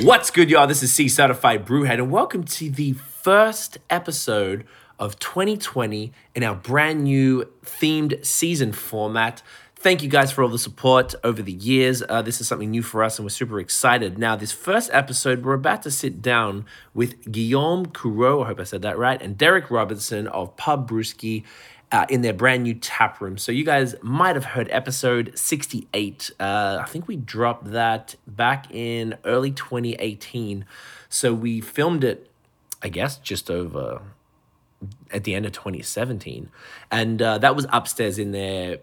What's good, y'all? This is C Certified Brewhead, and welcome to the first episode of 2020 in our brand new themed season format. Thank you guys for all the support over the years. Uh, this is something new for us, and we're super excited. Now, this first episode, we're about to sit down with Guillaume Coureau, I hope I said that right, and Derek Robertson of Pub Brewski uh, in their brand new tap room. So you guys might have heard episode 68. Uh, I think we dropped that back in early 2018. So we filmed it, I guess, just over at the end of 2017. And uh, that was upstairs in their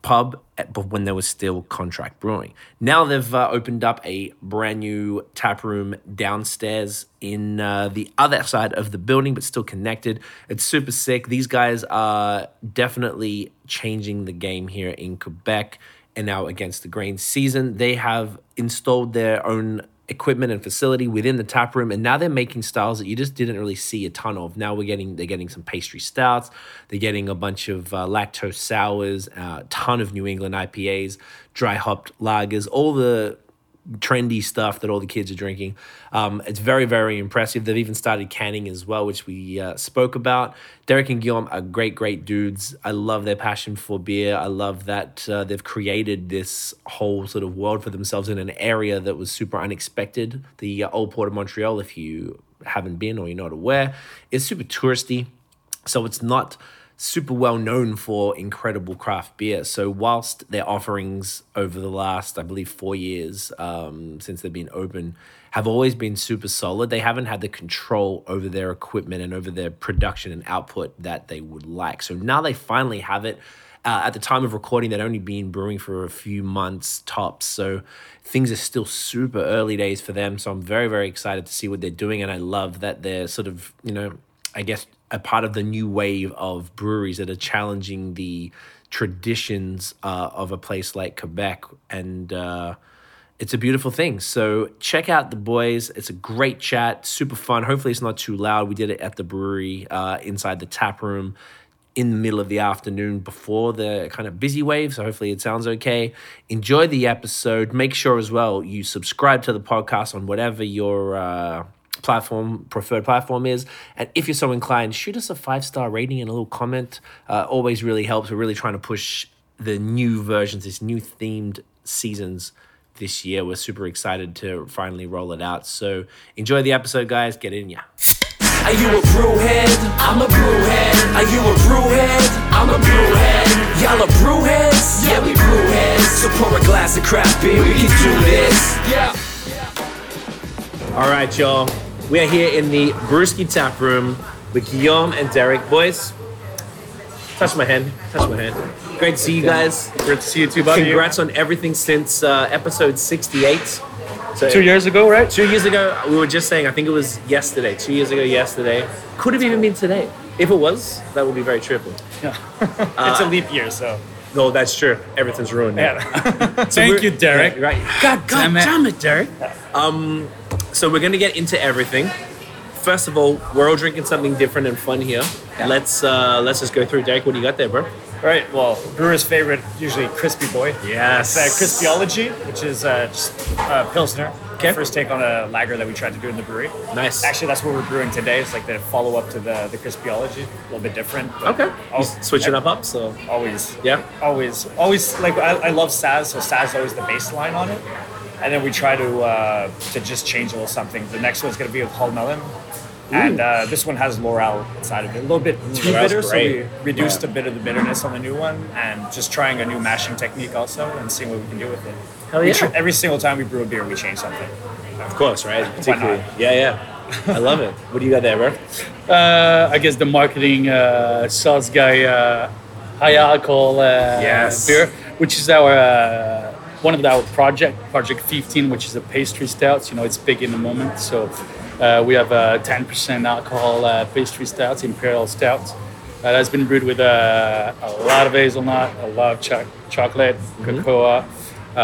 pub at- but when there was still contract brewing. Now they've uh, opened up a brand new tap room downstairs in uh, the other side of the building, but still connected. It's super sick. These guys are definitely changing the game here in Quebec and now against the grain season. They have installed their own equipment and facility within the tap room and now they're making styles that you just didn't really see a ton of now we're getting they're getting some pastry stouts they're getting a bunch of uh, lactose sours a ton of new england ipas dry hopped lagers all the trendy stuff that all the kids are drinking. Um, it's very, very impressive. They've even started canning as well, which we uh, spoke about. Derek and Guillaume are great, great dudes. I love their passion for beer. I love that uh, they've created this whole sort of world for themselves in an area that was super unexpected. The uh, Old Port of Montreal, if you haven't been or you're not aware, is super touristy. So it's not super well known for incredible craft beer. So whilst their offerings over the last, I believe, four years um, since they've been open have always been super solid, they haven't had the control over their equipment and over their production and output that they would like. So now they finally have it. Uh, at the time of recording, they'd only been brewing for a few months tops. So things are still super early days for them. So I'm very, very excited to see what they're doing. And I love that they're sort of, you know, I guess, a part of the new wave of breweries that are challenging the traditions uh, of a place like Quebec. And uh, it's a beautiful thing. So check out the boys. It's a great chat, super fun. Hopefully, it's not too loud. We did it at the brewery uh, inside the tap room in the middle of the afternoon before the kind of busy wave. So hopefully it sounds okay. Enjoy the episode. Make sure as well you subscribe to the podcast on whatever your uh, platform preferred platform is. And if you're so inclined, shoot us a five star rating and a little comment. Uh, always really helps. We're really trying to push the new versions, this new themed seasons this year. We're super excited to finally roll it out. So enjoy the episode, guys. Get in, yeah. Are you a brewhead? I'm a brewhead. Are you a brewhead? I'm a brewhead. Y'all are brewheads? Yeah, we brewheads. So pour a glass of craft beer, we can do this. Yeah. All right, y'all. We are here in the Brewski Tap Room with Guillaume and Derek. Boys, touch my hand. Touch my hand. Great to see you guys. Great to see you too, buddy. Congrats on everything since uh, episode 68. So Two years ago, right? Two years ago, we were just saying, I think it was yesterday. Two years ago, yesterday. Could have even been today. If it was, that would be very triple. it's a leap year, so. No, that's true. Everything's ruined now. Yeah. Thank you, Derek. Right. right. God, God damn, Damn it. it. Derek. Um, so we're gonna get into everything. First of all, we're all drinking something different and fun here. Let's uh, let's just go through. Derek, what do you got there, bro? Right. Well, brewer's favorite, usually crispy boy. Yes. It's uh, Crispiology, which is uh, just uh, pilsner. Okay. First take on a lager that we tried to do in the brewery. Nice. Actually, that's what we're brewing today. It's like the follow up to the the Crispiology, a little bit different. but Okay. al- You switching up up. So Always. Yeah. Always. Always. Like I, I love Saz, so Saz is always the baseline on it. And then we try to uh, to just change a little something. The next one's gonna be with Hull Melon. And uh, this one has Laurel inside of it. A little bit too Laurel's bitter, so Mm, great. we reduced a bit of the bitterness on the new one and just trying a new mashing technique also and seeing what we can do with it. Hell We yeah. tr- every single time we brew a beer, we change something. of course, right? Particularly. Yeah, yeah. I love it. What do you got there, bro? Uh, I guess the marketing uh, sales guy, uh, high alcohol uh, Yes. beer, which is our uh, one of our project, Project 15, which is a pastry stout. You know, it's big in the moment, so uh, we have uh, 10% alcohol uh, pastry stouts, imperial stouts. Uh, that's been brewed with uh, a lot of hazelnut, a lot of cho- chocolate, Mm-hmm. cocoa.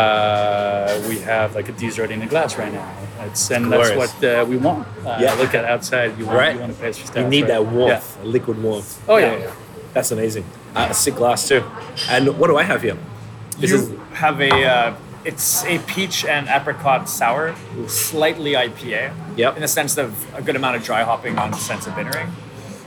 Uh, we have like a dessert in a glass right now. It's, and Glorious. that's what uh, we want. Uh, Yeah. Look at outside. You want, Right. you want a pastry stout. You need right? that Yeah. warmth, liquid warmth. Oh yeah, yeah. That's amazing. Uh, a sick glass too. And what do I have here? This you is have a uh, it's a peach and apricot sour, slightly IPA. Yep. In the sense of a good amount of dry hopping on the sense of bittering.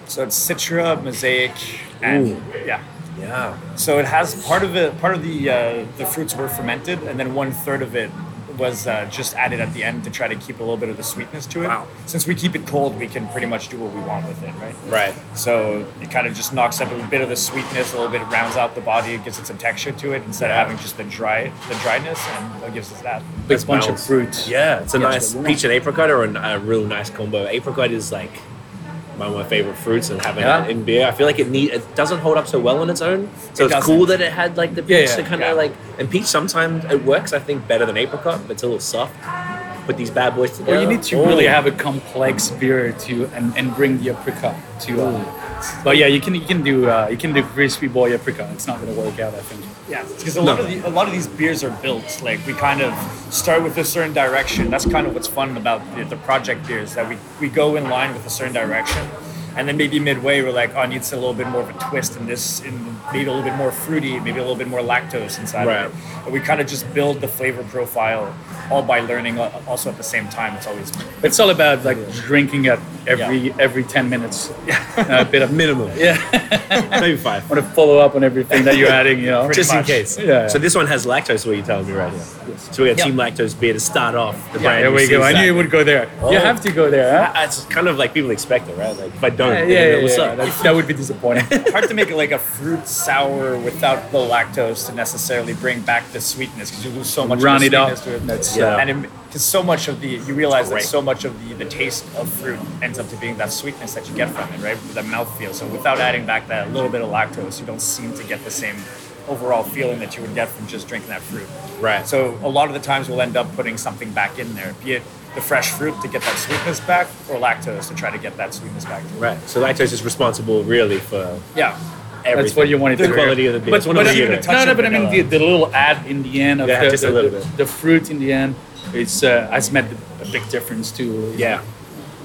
So it's Citra, Mosaic, and Ooh. yeah. Yeah. So it has part of it. Part of the uh, the fruits were fermented, and then one third of it was uh, just added at the end to try to keep a little bit of the sweetness to it. Wow. Since we keep it cold, we can pretty much do what we want with it, right? Right. So it kind of just knocks up a bit of the sweetness, a little bit rounds out the body, it gives it some texture to it instead of having just the dry the dryness, and it gives us that. Big bunch of balanced. fruit. Yeah, it's a Yeah, nice it's a peach and apricot or an, a real nice combo. Apricot is like one of my favorite fruits, and having Yeah. it in beer, I feel like it need it doesn't hold up so well on its own. So It it's cool that it had like the Yeah, peach yeah, to kind of yeah. like and peach sometimes it works I think better than apricot, but it's a little soft. Put these bad boys together. Well, you need to Oh. really have a complex beer to and, and bring the apricot to. Uh, but yeah, you can you can do uh, you can do crispy boy apricot. It's not gonna work out, I think. Yeah, because a lot No. of the, a lot of these beers are built like we kind of start with a certain direction. That's kind of what's fun about the, the project beers that we we go in line with a certain direction, and then maybe midway we're like, oh, I need a little bit more of a twist in this, in maybe a little bit more fruity, maybe a little bit more lactose inside. Right. Of it. And we kind of just build the flavor profile all by learning uh, also at the same time. It's always It's all about like drinking at every every ten minutes. Yeah. a bit of minimum. Yeah, maybe five. want to follow up on everything that you're adding. You know, Just in much. case. Yeah, yeah. So this one has lactose. What you telling me right now? So we got Yeah. Team Lactose beer to start off the brand. there new we go. I season. knew you would go there. You Oh. have to go there. Huh? I- It's kind of like people expect it, right? Like if I don't, Yeah, yeah, yeah, yeah, what's yeah. up? That, that would be disappointing. hard to make like a fruit sour without the lactose to necessarily bring back the sweetness because you lose so much Round of it the up. sweetness to it. That's, Yeah. uh, and because so much of the you realize Right. that so much of the, the taste of fruit ends up to being that sweetness that you get from it, right? The mouthfeel. So without adding back that little bit of lactose, you don't seem to get the same overall feeling that you would get from just drinking that fruit. Right. So a lot of the times we'll end up putting something back in there, be it the fresh fruit to get that sweetness back, or lactose to try to get that sweetness back. Right. So lactose is responsible really for Yeah. everything. That's what you wanted the to hear. quality of the beer. But, It's one but of I the you mean, even unit. a touch no, no, of but I mean the, vanilla. the little ad in the end of Yeah, the, just a the- little the- bit. the fruit in the end, it's uh, has made a big difference too. Yeah.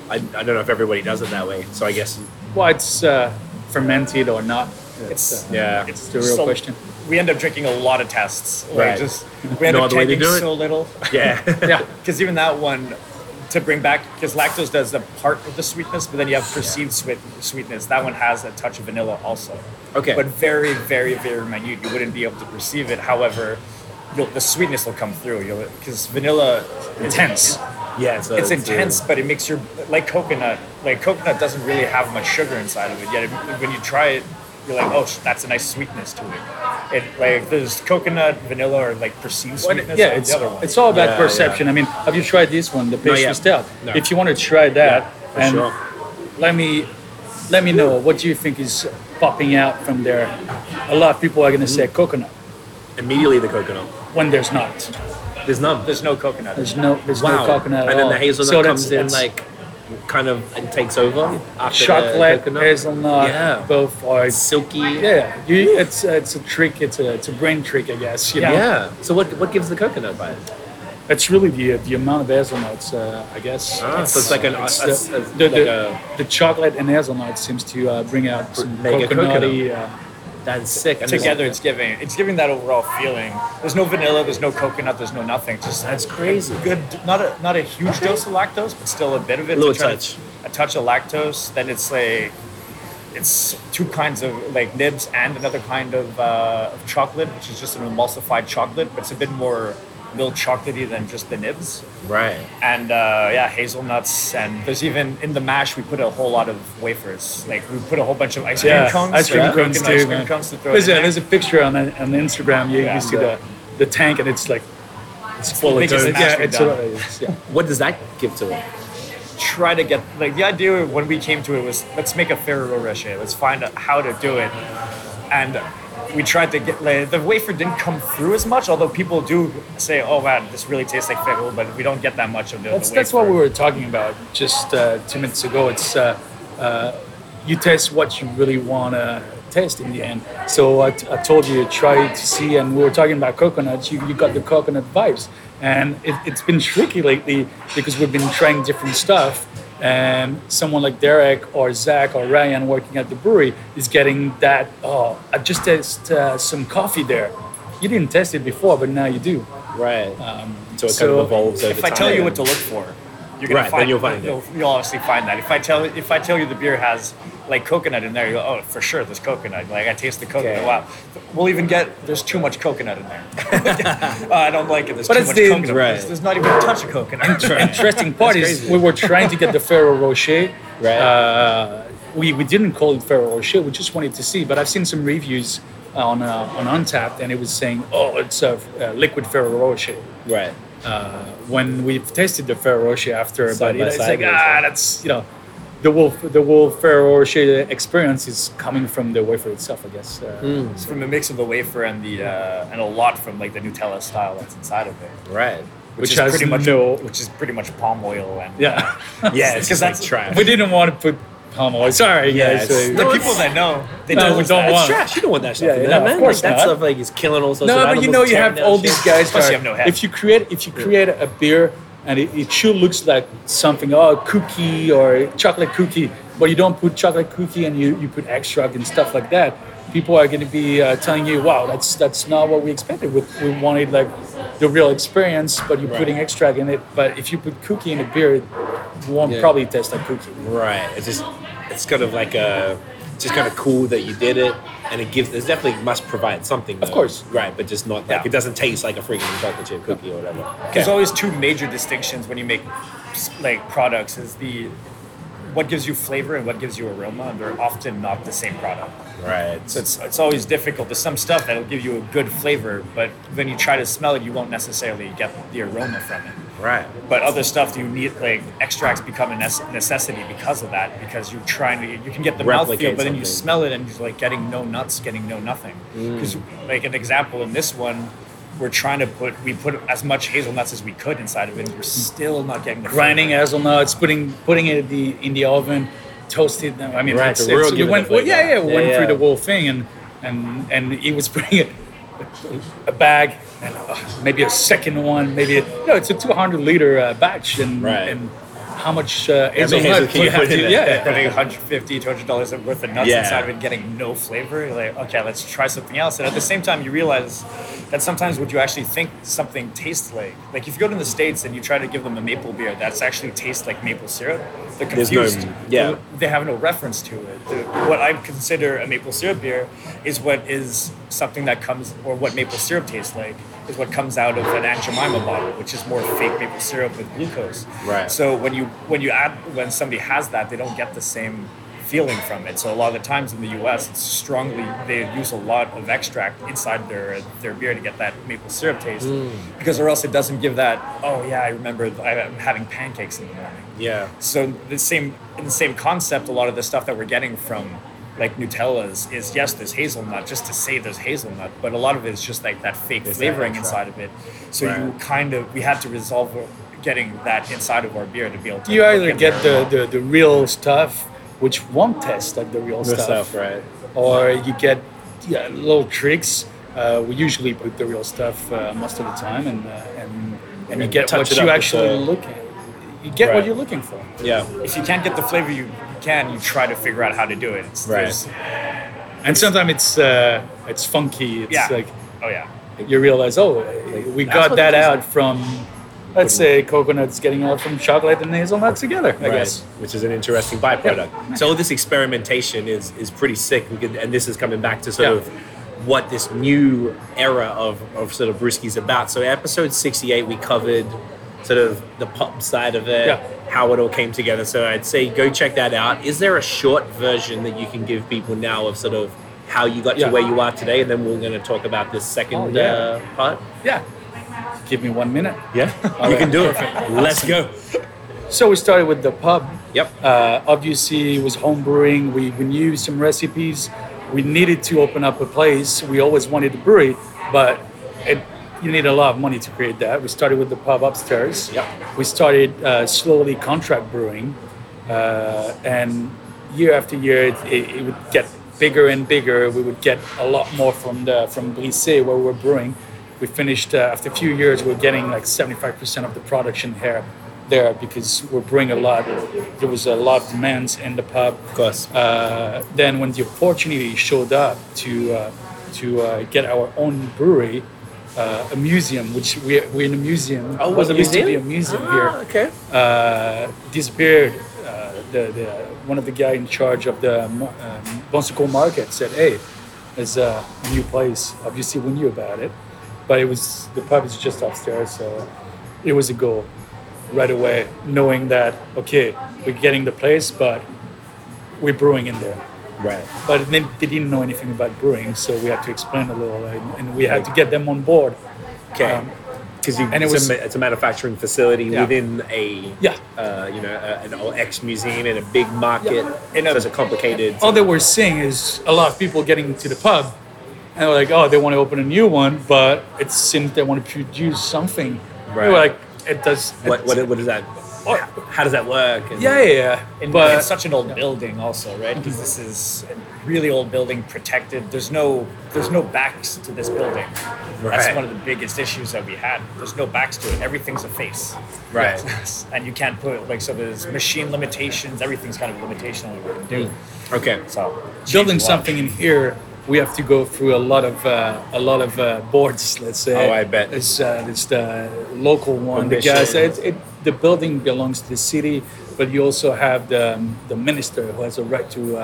I, I don't know if everybody does it that way. So I guess Well, it's uh, fermented or not. It's, It's- uh, yeah. It's the real so- question. We end up drinking a lot of tests. Like Right. just we end No up other way to taking do it? so little. yeah. Yeah. Because even that one, to bring back, because lactose does the part of the sweetness, but then you have perceived sweet, sweetness. That one has a touch of vanilla also. Okay. But very, very, very minute. You wouldn't be able to perceive it. However, you'll, the sweetness will come through. You'll Because vanilla intense. yeah. So It's uh, intense, but it makes your like coconut. Like coconut doesn't really have much sugar inside of it. Yet it, when you try it, you're like, oh, sh- that's a nice sweetness to it. It like there's coconut, vanilla, or like perceived Well, sweetness. yeah, on it's, the other one. it's all about Yeah, perception. I mean, have you tried this one, the pastry yet. stout? No. If you want to try that, for and sure. let me let me know what do you think is popping out from there. A lot of people are going to say Mm-hmm. coconut Immediately the coconut. when there's not. There's none. There's no coconut. There's no there's wow. no coconut at and then all. the hazelnut So that's- comes in that's like kind of and takes over after the chocolate, coconut. hazelnut, Yeah. both are. silky. Yeah, you, it's it's a trick. It's a it's a brain trick, I guess. You Yeah. know? So what what gives the coconut bite? It's really the the amount of hazelnuts, uh, I guess. Ah, so it's like an- It's a- the, a- the, like the- a- the chocolate and hazelnut seems to uh, bring out some Make a coconutty. Uh, That's sick. And there's- together it's giving it's giving that overall feeling there's no vanilla there's no coconut there's no nothing just That's crazy. good not a not a huge dose of lactose but still a bit of it Little to try to- touch. a touch of lactose then it's like it's two kinds of like nibs and another kind of, uh, of chocolate which is just an emulsified chocolate but it's a bit more milk chocolatey than just the nibs Right. and uh, yeah, hazelnuts. And there's even in the mash we put a whole lot of wafers. Like we put a whole bunch of ice cream yeah, cones, ice cream like, cones coconut too. ice cream man. cones to throw There's a in there. there's a picture on on Instagram. You, Yeah. you see the the tank and it's like it's full of biggest donuts. mass Yeah, we've it's, a, done. it's yeah. What does that give to it? try to get like the idea when we came to it was let's make a Ferrero Rocher. Let's find out how to do it, and we tried to get like, the wafer didn't come through as much. Although people do say, "Oh man, this really tastes like Ferrero," but we don't get that much of the, That's the that's wafer. what we were talking about just uh, two minutes ago. It's uh, uh, you test what you really want to test in the end. So I, t- I told you try to see, and we were talking about coconuts. You, you got the coconut vibes, and it, it's been tricky lately because we've been trying different stuff. And someone like Derek or Zach or Ryan working at the brewery is getting that. Oh, I just taste uh, some coffee there. You didn't test it before, but now you do. Right. Um, so it kind So of evolves over if I time. tell you what to look for, you're gonna Right, then find, you'll find it. You'll, you'll obviously find that. If I tell if I tell you the beer has like coconut in there, you go, oh, for sure, there's coconut. Like I taste the coconut. Okay. Wow, we'll even get there's too much coconut in there. Uh, I don't like it. There's But too it's much the- coconut. right. There's, there's not even a touch of coconut. Interesting part is crazy. we were trying to get the Ferrero Rocher. Right. Uh, we, we didn't call it Ferrero Rocher. We just wanted to see. But I've seen some reviews on uh, on Untapped, and it was saying, "Oh, it's a uh, liquid Ferrero Rocher." right. Uh, when we've tasted the Ferrero Rocher after, Side but by you know, it's side like with it. ah, that's you know, the wolf the wolf Ferrero Rocher experience is coming from the wafer itself, I guess. Uh, Hmm. It's from the mix of the wafer and the uh, and a lot from like the Nutella style that's inside of it, Right. Which is has pretty much no- which is pretty much palm oil and Yeah, Yeah, it's Because just like that's- trash. we didn't want to put palm oil. Sorry, Yeah, guys. it's- the No, people that know they No, don't. we use don't that. want- Trash. You don't want that stuff Yeah, in yeah, there, no, man. of course like, that not. stuff like is killing all sorts No, of but animals you know and you tearing have down all shit. these guys. Plus you that- have no head. If you create if you create a beer and it, it sure looks like something, oh cookie or chocolate cookie, but you don't put chocolate cookie and you, you put extract and stuff like that, people are going to be uh, telling you, wow, that's that's not what we expected. We, we wanted like the real experience, but you're putting extract in it. But if you put cookie in a beer, it won't Yeah. probably taste like cookie. Right. It's just it's kind of like a it's just kind of cool that you did it, and it gives it definitely must provide something. Though. course. Right, but just not like Yeah. it doesn't taste like a freaking chocolate chip cookie or whatever. There's always two major distinctions when you make like products: is the what gives you flavor and what gives you aroma, and they're often not the same product. Right. So it's it's always difficult. There's some stuff that'll give you a good flavor, but when you try to smell it, you won't necessarily get the aroma from it. right. But other stuff you need, like extracts, become a nece- necessity because of that. Because you're trying to, you can get the mouthfeel, Replicate but then you something. Mm. smell it and you're like getting no nuts, getting no nothing. Because, like an example in this one, we're trying to put we put as much hazelnuts as we could inside of it, and we're still not getting the grinding flavor. hazelnuts, putting putting it in the in the oven, toasted them. I mean, Right, it's, the it's- real we give it went, the well, yeah, flavor. yeah, we Yeah, went through yeah. the whole thing, and and and he was putting a, a bag and uh, maybe a second one, maybe you know, it's a 200 liter uh, batch, and Right. and how much uh, many hazelnut hazel do you can you have put to? in Yeah, there? yeah. Putting 150 dollars worth of nuts Yeah. inside of it, and getting no flavor. You're like, okay, let's try something else. And at the same time, you realize that sometimes what you actually think something tastes like, like if you go to the states and you try to give them a maple beer that's actually tastes like maple syrup, they're There's no- confused. yeah. They- they have no reference to it. The- what I consider a maple syrup beer is what is something that comes, or what maple syrup tastes like, is what comes out of an Aunt Jemima bottle, which is more fake maple syrup with glucose. Right. So when you when you add when somebody has that, they don't get the same feeling from it. So a lot of the times in the U.S., it's strongly they use a lot of extract inside their their beer to get that maple syrup taste, because or else it doesn't give that. Oh yeah, I remember I'm having pancakes in the morning. Yeah. So the same in the same concept, a lot of the stuff that we're getting from like Nutella's is yes, there's hazelnut just to say there's hazelnut, but a lot of it is just like that fake It's that flavoring extra. inside of it. So you Right. kind of we had to resolve getting that inside of our beer to be able to You either get there. the, the, the real stuff, which won't taste like the real Good stuff, stuff, right? or you get yeah, little tricks. Uh, we usually put the real stuff uh, most of the time, and uh, and and you get Touch what it you up with actually the- looking. You get Right. what you're looking for. Yeah. if you can't get the flavor you can, you try to figure out how to do it. It's, Right. there's- And sometimes it's uh, it's funky. It's Yeah. like oh yeah. you realize, oh, we that's got what that it is. out from. Let's say coconuts getting out from chocolate and hazelnuts together. I Right, guess. Which is an interesting byproduct. So all this experimentation is is pretty sick. We could, and this is coming back to sort Yeah. of what this new era of, of sort of brewski is about. So episode sixty eight, we covered sort of the pop side of it, Yeah. how it all came together. So I'd say go check that out. Is there a short version that you can give people now of sort of how you got Yeah. to where you are today, and then we're going to talk about this second Oh, yeah. uh, part. Yeah. Give me one minute. Yeah, you right. can do it. Let's go. So we started with the pub. Yep. Uh, obviously, it was home brewing. We, we knew some recipes. We needed to open up a place. We always wanted a brewery, but it, you need a lot of money to create that. We started with the pub upstairs. Yep. We started uh, slowly contract brewing, uh, and year after year, it, it, it would get bigger and bigger. We would get a lot more from the from Brissé where we were brewing. We finished uh, after a few years. We are getting like seventy five percent of the production here there because we're brewing a lot. There was a lot of demands in the pub. Of course. Uh, then when the opportunity showed up to uh, to uh, get our own brewery, uh, a museum, which we, we're in a museum. Oh, Well, was there it used to be a museum museum? Ah, here. Okay. Uh, disappeared. Uh, the, the one of the guy in charge of the um, Bonsico market said, "Hey, there's a new place. Obviously, we knew about it, but it was the pub is just upstairs, so it was a goal right away, knowing that okay, we're getting the place, but we're brewing in there." Right. but they, they didn't know anything about brewing, so we had to explain a little, and, and we had to get them on board. Okay. Um, Because you and it it's, was- a, ma- it's a manufacturing facility Yeah. within a Yeah. uh, you know a, an old ex museum in a big market. Yeah. uh, And so it's a complicated. All they were seeing is a lot of people getting into the pub, and they're like, "Oh, they want to open a new one, but it seems they want to produce something." They Right. were like, "It does." what, what what is that? Oh. How does that work? And- Yeah, yeah, yeah. And but it's such an old building, also, right? Because this is a really old building, protected. There's no there's no backs to this building. That's Right. one of the biggest issues that we had. There's no backs to it. Everything's a face, Right. and you can't put like so. There's machine limitations. Everything's kind of a limitation on what we can do. Okay. So changed Hmm. building a lot. something in here, we have to go through a lot of uh, a lot of uh, boards. Let's say. Oh, I bet. It's uh, it's the local one. The guy Permission. said it, the building belongs to the city, but you also have the um, the minister who has a right to uh,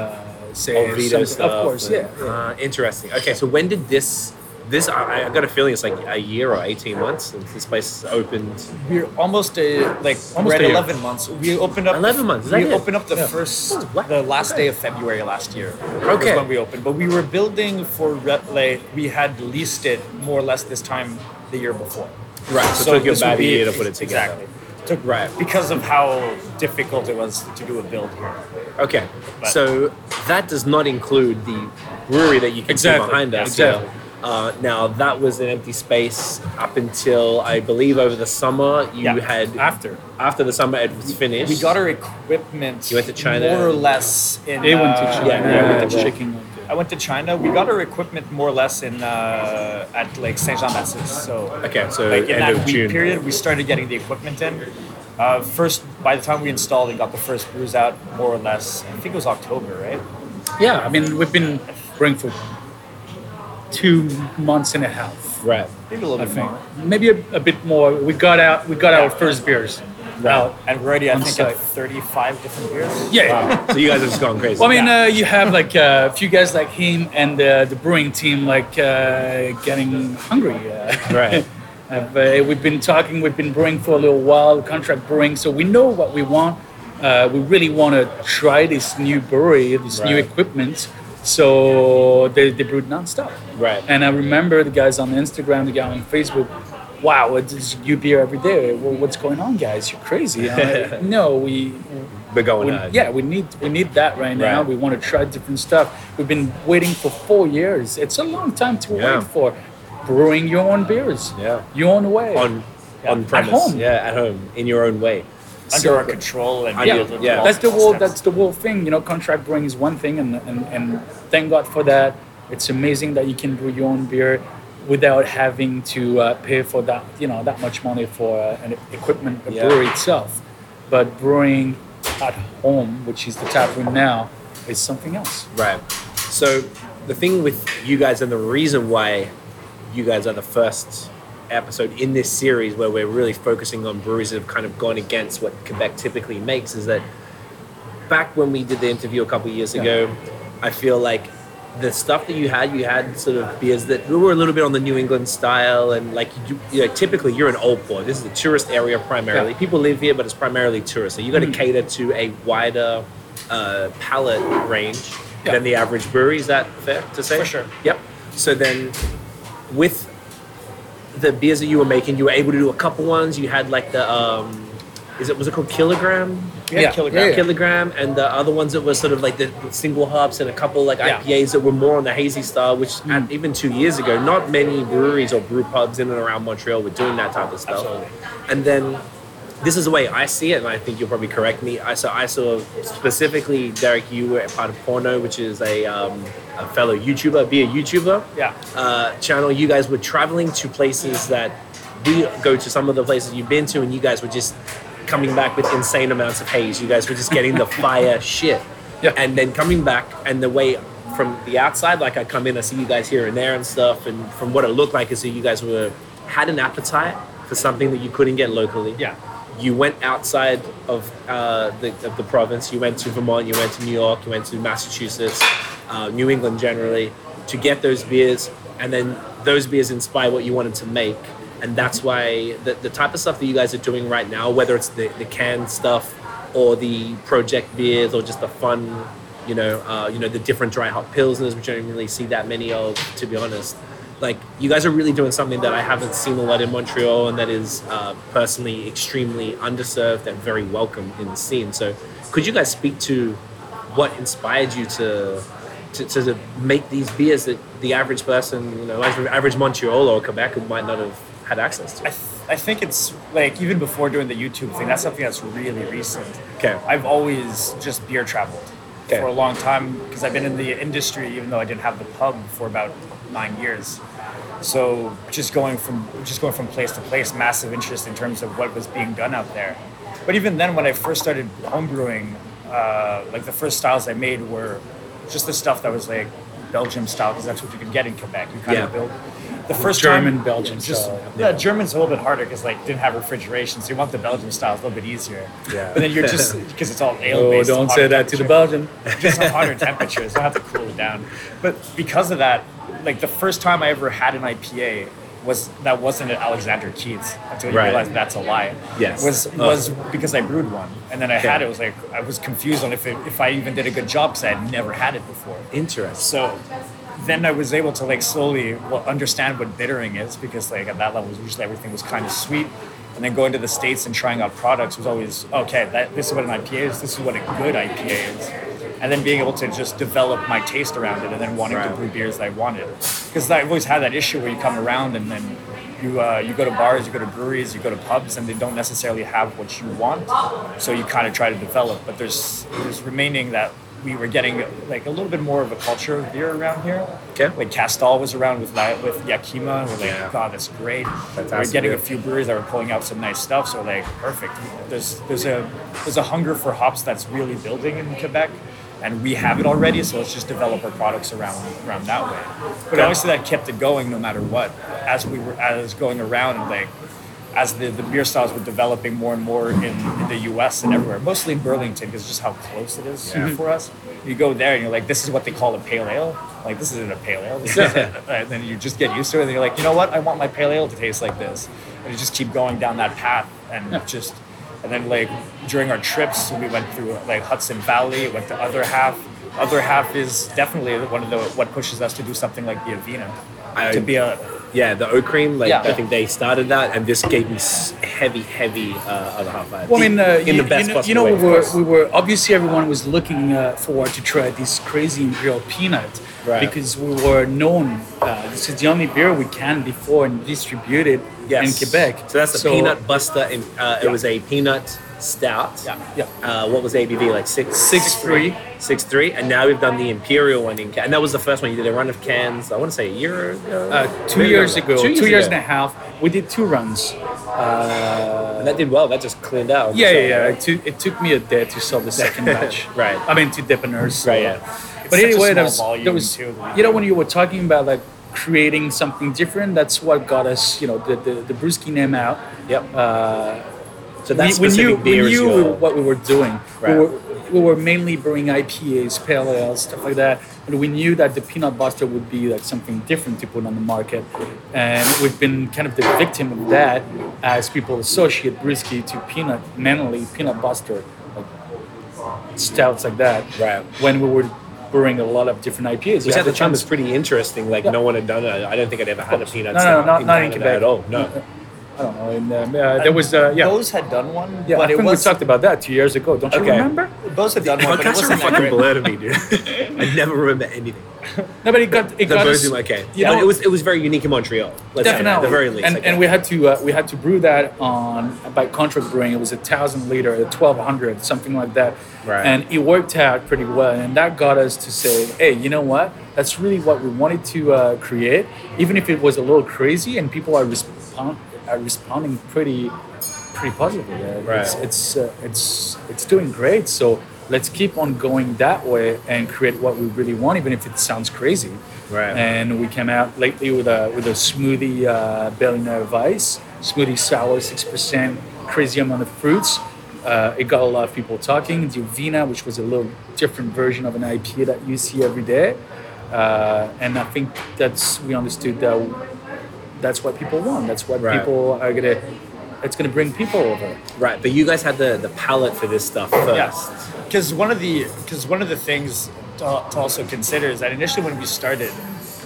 say All something. Oh, veto stuff. Of course, yeah. and- Uh, interesting. Okay, so when did this? This I, I got a feeling it's like a year or eighteen months since this place opened. We're almost a like Almost almost a year. eleven months. We opened up 11 months, is that We it? opened up the first Oh, wow. the last day of February last year. Okay. was when we opened, but we were building for re- like we had leased it more or less this time the year before. Right. So, it took you this about would a be- year to put it together. Exactly. Took Right. because of how difficult it was to do a build here. Okay. But- so that does not include the brewery that you can Exactly, see behind us. exactly. now. Uh, now that was an empty space up until I believe over the summer you Yeah, Ah. had after. after the summer it was finished. We got our equipment. You went to China. more or less in. They went to uh, China. yeah, yeah, with the yeah. chicken on there. I went to China. We got our equipment more or less in uh, at like Saint Jean d'Assis. So okay. So like in end that of week June. period, we started getting the equipment in. Uh, first, by the time we installed and got the first brews out, more or less, I think it was October, right? Yeah, I mean we've been brewing for two months and a half. Right. Maybe a little I bit think more. maybe a, a bit more. We got out. We got our first beers. Out. And we're already, I On think, site. at 35 different beers. Yeah. Wow. Ah, so you guys have just gone crazy. Well, I mean, Yeah. uh, you have like uh, a few guys like him and uh, the brewing team, like uh, getting hungry. Uh, Right. uh, but we've been talking. We've been brewing for a little while, contract brewing, so we know what we want. Uh, we really want to try this new brewery, this new Right. equipment. So they, they brewed nonstop. Right. And I remember the guys on Instagram, the guy on Facebook. Wow, it's it's you beer every day. Well, what's going on, guys? You're crazy. I'm like, no, we We're going uh, we- on. yeah, we need we need that right now. Right. We want to try different stuff. We've been waiting for four years. It's a long time to Yeah. wait for brewing your own beers. Yeah. Your own way. On on At premise. home. Yeah, at home in your own way. Under So- our control. and Yeah. be able to Yeah. do all That's the that whole. stuff. That's the whole thing. You know, contract brewing is one thing, and and, and thank God for that. It's amazing that you can brew your own beer without having to uh, pay for that. You know, that much money for uh, an equipment a Yeah. brewery itself, but brewing at home, which is the tap room now, is something else. Right. So the thing with you guys and the reason why you guys are the first episode in this series where we're really focusing on breweries that have kind of gone against what Quebec typically makes is that back when we did the interview a couple of years Yeah. ago, I feel like the stuff that you had, you had sort of beers that were a little bit on the New England style, and like you, you know, typically you're an old port. This is a tourist area primarily. Yeah. People live here, but it's primarily tourists. So you got to Mm. cater to a wider uh, palette range Yeah. than the average brewery. Is that fair to say? For sure. Yep. So then, with the beers that you were making, you were able to do a couple ones. You had like the um, is it was it called kilogram? Yeah, Yeah. kilogram. Yeah, yeah. kilogram, and the other ones that were sort of like the single hops and a couple like Yeah. Mm. IPAs that were more on the hazy style. Which at, even two years ago, not many breweries or brew pubs in and around Montreal were doing that type of stuff. Absolutely. And then this is the way I see it, and I think you'll probably correct me. I saw, I saw specifically Derek. You were a part of Porno, which is a, um, a fellow YouTuber, be a YouTuber Yeah. uh, channel, you guys were traveling to places that we go to some of the places you've been to, and you guys were just coming back with insane amounts of haze. You guys were just getting the fire shit. Yeah. And then coming back, and the way from the outside, like I come in, I see you guys here and there and stuff, and from what it looked like, is that you guys were had an appetite for something that you couldn't get locally. Yeah. You went outside of uh, the of the province. You went to Vermont. You went to New York. You went to Massachusetts, uh, New England generally, to get those beers, and then those beers inspire what you wanted to make. And that's why the, the type of stuff that you guys are doing right now, whether it's the, the canned stuff or the project beers or just the fun, you know, uh, you know the different dry hop pilsners, which I don't really see that many of, to be honest. Like you guys are really doing something that I haven't seen a lot in Montreal, and that is uh, personally extremely underserved and very welcome in the scene. So, could you guys speak to what inspired you to to, to, to make these beers that the average person, you know, average, average Montreal or Quebec might not have had access I, to? th- I think it's like even before doing the YouTube thing, that's something that's really recent. Okay. I've always just beer traveled Okay. for a long time because I've been in the industry, even though I didn't have the pub for about nine years. So just going from just going from place to place, massive interest in terms of what was being done out there. But even then, when I first started homebrewing, uh, like the first styles I made were just the stuff that was like Belgium style because that's what you could get in Quebec. You kind Yeah. of build the first German, time- Belgian just style. yeah, German's a little bit harder because like didn't have refrigeration, so you want the Belgian style it's a little bit easier. Yeah. But then you're just because it's all ale Oh, based. don't say that to the Belgian. Just on hotter temperatures, I have to cool it down. But because of that, like the first time I ever had an IPA was that wasn't at Alexander Keith's until you Right. realize that's a lie. Yes. Was Oh. was because I brewed one and then I had Yeah. it. it was like I was confused on if it, if I even did a good job because I had never had it before. Interesting. So then I was able to like slowly well, understand what bittering is because like at that level usually everything was kind of sweet. And then going to the States and trying out products was always, okay, that, this is what an IPA is, this is what a good IPA is. And then being able to just develop my taste around it and then wanting to Right. brew beers that I wanted. Because I've always had that issue where you come around and then you, uh, you go to bars, you go to breweries, you go to pubs, and they don't necessarily have what you want. So you kind of try to develop, but there's, there's remaining that we were getting like a little bit more of a culture of beer around here. Okay. Like Castal was around with La- with Yakima, and we're like, Yeah. God, that's great. We Fantastic We're getting beer. a few breweries that were pulling out some nice stuff, so like perfect. There's there's a there's a hunger for hops that's really building in Quebec, and we have it already, so let's just develop our products around around that way. But obviously that kept it going no matter what, as we were as going around and like as the, the beer styles were developing more and more in, in the US and everywhere, mostly in Burlington, because just how close it is Mm-hmm. for us. You go there and you're like, this is what they call a pale ale. Like, this isn't a pale ale. This is a, and then you just get used to it. And you're like, you know what? I want my pale ale to taste like this. And you just keep going down that path and just, and then like during our trips, we went through like Hudson Valley, went to other half. Other half is definitely one of the what pushes us to do something like the Avena, I- to be a Yeah, the oat cream. Like Yeah. I think they started that, and this gave me s- heavy, heavy uh, other half vibes. Well, I mean, uh, in you, the best you know, possible you know way. we of were course. we were obviously everyone was looking uh, forward to try this crazy imperial peanut Right. because we were known. Uh, this is the only beer we can before and distribute it in Quebec. So that's the peanut buster. In, uh, It was a peanut stout. Yeah, yeah. Uh, what was ABV like six Six three. Six three, and now we've done the imperial one in, ca- and that was the first one you did a run of cans. I want to say a year ago, Uh, two Maybe years not. ago, two two years, years, and a ago. half, we did two runs. Uh, And that did well. That just cleaned out. Yeah, So, yeah, yeah. It right? took, it took me a day to sell the second batch. Right. I mean, to depeners. Right, yeah. It's But such a anyway, there small was, volume, there was too, that we you know, do. when you were talking about like creating something different, that's what got us, you know, the, the, the Brewski name out. Yep. Uh, so that we, we specific knew, beer we is knew your- what we were doing. Right. We, were, we were mainly brewing IPAs, pale ales, stuff like that. And we knew that the peanut buster would be like something different to put on the market. And we've been kind of the victim of that as people associate brisky to peanut, mainly peanut buster, like stouts like that. Right. When we were brewing a lot of different IPAs. which You at had the time chance- was pretty interesting. Like Yeah. no one had done it. I don't think I'd ever had a peanut. No, no, stout not- not in Canada Quebec. at all. No. I don't know. And, um, uh, there was, uh, yeah. Bose had done one, yeah, but I it think was we talked about that two years ago. Don't you Okay. remember? Bose had done one, but it Podcasts are a wasn't that fucking great. blur to me, dude. I never remember anything. No, but it got it The got birds us, in my cave. You But know, it was it was very unique in Montreal. Let's say, definitely at the very least. And, I and guess. we had to uh, we had to brew that on by contract brewing. It was a thousand liter, a twelve hundred, something like that. Right. And it worked out pretty well, and that got us to say, hey, you know what? That's really what we wanted to uh, create, even if it was a little crazy, and people are respond are responding pretty pretty positively. Uh, Right. It's it's, uh, it's it's doing great. So let's keep on going that way and create what we really want, even if it sounds crazy. Right. And we came out lately with a with a smoothie uh, Bellinoe Vice smoothie sour, six percent, crazy amount of fruits. Uh, it got a lot of people talking. Divina, which was a little different version of an IPA that you see every day, uh, and I think that's we understood that that's what people want. That's what Right. people are gonna. It's gonna bring people over. Right, but you guys had the the palate for this stuff first. Yes, because one of the because one of the things to, to also consider is that initially when we started,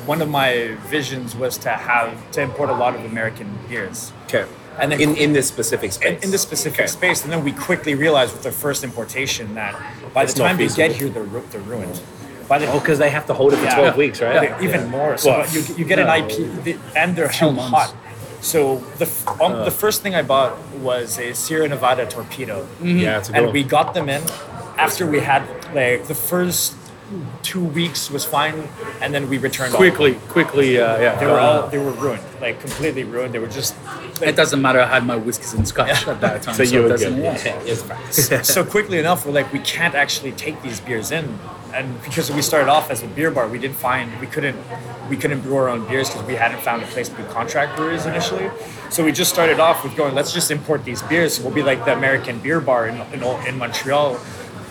one of my visions was to have to import a lot of American beers Okay. And then- in, in this specific space. in, in this specific Okay. space, and then we quickly realized with the first importation that by It's the not time you get feasible. here, they're, ru- they're ruined. By the Oh, because they have to hold it for Yeah. 12 weeks, right? Yeah, Even more. So Well, you, you get no. an IP, the- and they're held months. hot. So the f- um, the Uh. first thing I bought was a Sierra Nevada torpedo, Mm-hmm. Yeah, it's Mm. a good and one. we got them in after we had like the first two weeks was fine, and then we returned all of them. Quickly, quickly, uh, yeah. They were all they were ruined, like completely ruined. They were just It doesn't matter. I had my whiskeys and scotch at that time, so, it doesn't. Yeah. Yeah, it's fine. so quickly enough. We're like we can't actually take these beers in, and because we started off as a beer bar, we didn't find we couldn't we couldn't brew our own beers because we hadn't found a place to do contract breweries initially. So we just started off with going, let's just import these beers. We'll be like the American beer bar in in, in Montreal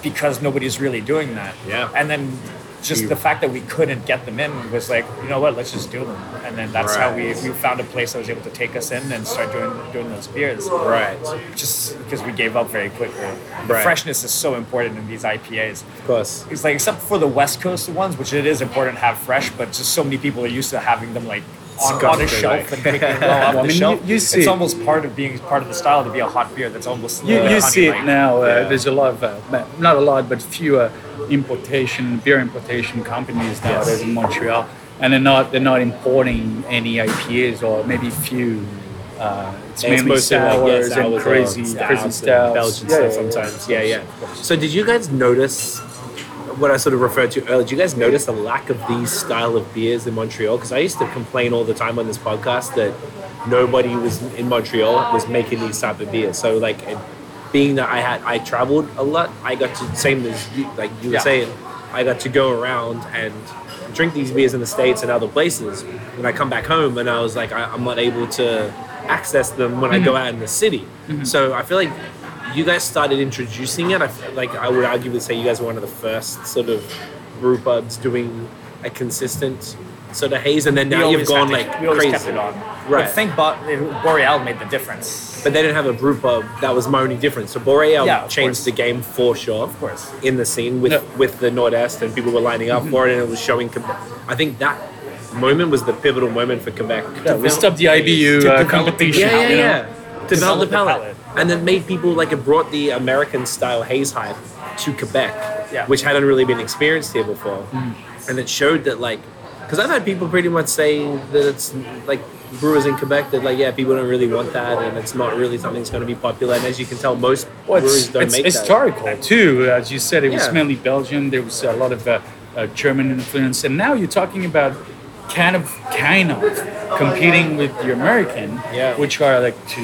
because nobody's really doing that. Yeah. and then. Just the fact that we couldn't get them in was like, you know what? Let's just do them, and then that's how we, we found a place that was able to take us in and start doing doing those beers right. just because we gave up very quickly. The Right. freshness is so important in these IPAs. Of course. It's like except for the West Coast ones, which it is important to have fresh, but just so many people are used to having them like on, on a Disgusting, shelf like. and picking them off Well, I the mean, shelf. you- you see- It's almost part of being part of the style to be a hot beer. That's almost You, like you honey see it light. now. Uh, Yeah. There's a lot of, uh, ma- not a lot, but fewer importation beer importation companies nowadays in Montreal, and they're not they're not importing any IPAs or maybe few. Uh, it's And it's mainly mostly like, yeah, sours and sours or crazy, stouts crazy and styles. Belgian Yeah, stuff yeah, yeah. sometimes. Yeah, yeah. So did you guys notice what I sort of referred to earlier? Did you guys notice the lack of these style of beers in Montreal? Because I used to complain all the time on this podcast that nobody was in Montreal was making these type of beers. So like, it, being that I had I traveled a lot, I got to same as you, like you were Yeah. saying, I got to go around and drink these beers in the states and other places. When I come back home, and I was like, I, I'm not able to access them when I go out in the city. So I feel like you guys started introducing it. I feel like I would arguably say you guys were one of the first sort of brew pubs doing a consistent sort of haze, and then We now you've always gone had to- like we always crazy. kept it on. Right. But think Bo- Boreal made the difference. But they didn't have a brew pub. That was my only difference. So Boreal Yeah, of changed course. the game for sure. Of course. Mm-hmm. In the scene with Yeah. with the Nordest and people were lining up for it and it was showing. Quebec. I think that moment was the pivotal moment for Quebec. Yeah, we stopped the IBU uh, develop the- competition. Yeah, yeah, you know? yeah. Develop the Develop the palate. palate. And then made people like it brought the American style haze hype to Quebec, Yeah. which hadn't really been experienced here before. Mm. And it showed that like, because I've had people pretty much say that it's like brewers in Quebec that like yeah people don't really want that and it's not really something that's going to be popular. And as you can tell, most Well, brewers it's, don't it's make historical too. As you said, it was Yeah. mainly Belgian. There was a lot of uh, uh, German influence, and now you're talking about kind of kind of competing with the American, Yeah. which are like to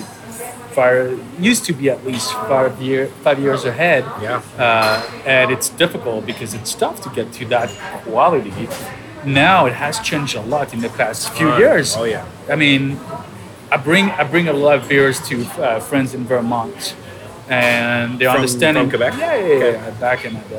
far used to be at least five year five years ahead. that. Yeah. Uh, and it's difficult because it's tough to get to that quality. Now it has changed a lot in the past few Oh, years. oh, yeah. I mean, I bring I bring a lot of beers to uh, friends in Vermont, and they From- understand. from Quebec? Yeah, yeah, yeah. Okay. yeah. Back in like,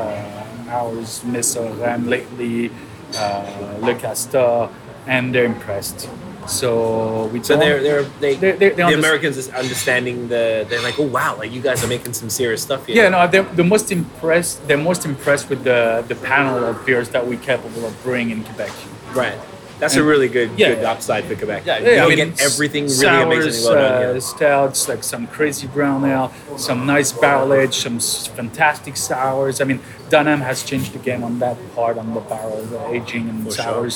uh, ours, Messerham lately, uh, Le Castor, and they're impressed. So we So don't- they're they're they They're- they're- they the understand- Americans is understanding the they're like oh wow like you guys are making some serious stuff here. Yeah, no, they're, they're most impressed. They're most impressed with the the panel of beers that we're capable of brewing in Quebec. Right. That's a And- really good, Yeah, good yeah. upside for Quebec. Yeah, you Yeah, can I mean, get everything really sours, amazingly well done uh, here. stouts, like some crazy brown ale, some nice barrel age, some s- fantastic sours. I mean, Dunham has changed the game on that part on the barrel the aging and For sure. sours,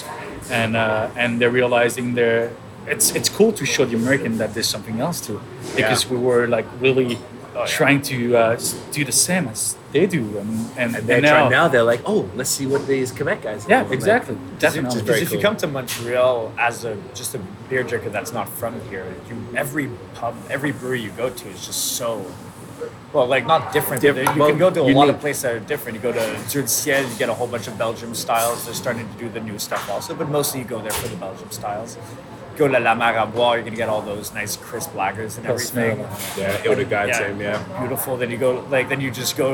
and uh, and they're realizing they're. It's, it's cool to show the American that there's something else to, because we were like really Oh, trying to uh, s- do the same as they do, and and, And they're trying now. They're like, oh, let's see what these Quebec guys. Yeah, have." exactly. Which Definitely. is very Because if cool. you come to Montreal as a just a beer drinker that's not from here, you every pub, every brewery you go to is just so Well, like not different. but Diff- you well, can go to a lot unique. of places that are different. You go to Zurich, you get a whole bunch of Belgium styles. They're starting to do the new stuff also, but mostly you go there for the Belgium styles. Go to La Marabois, you're gonna get all those nice crisp lagers and everything. uh, Yeah, Hildegard, same, yeah. Beautiful. Then you go like then you just go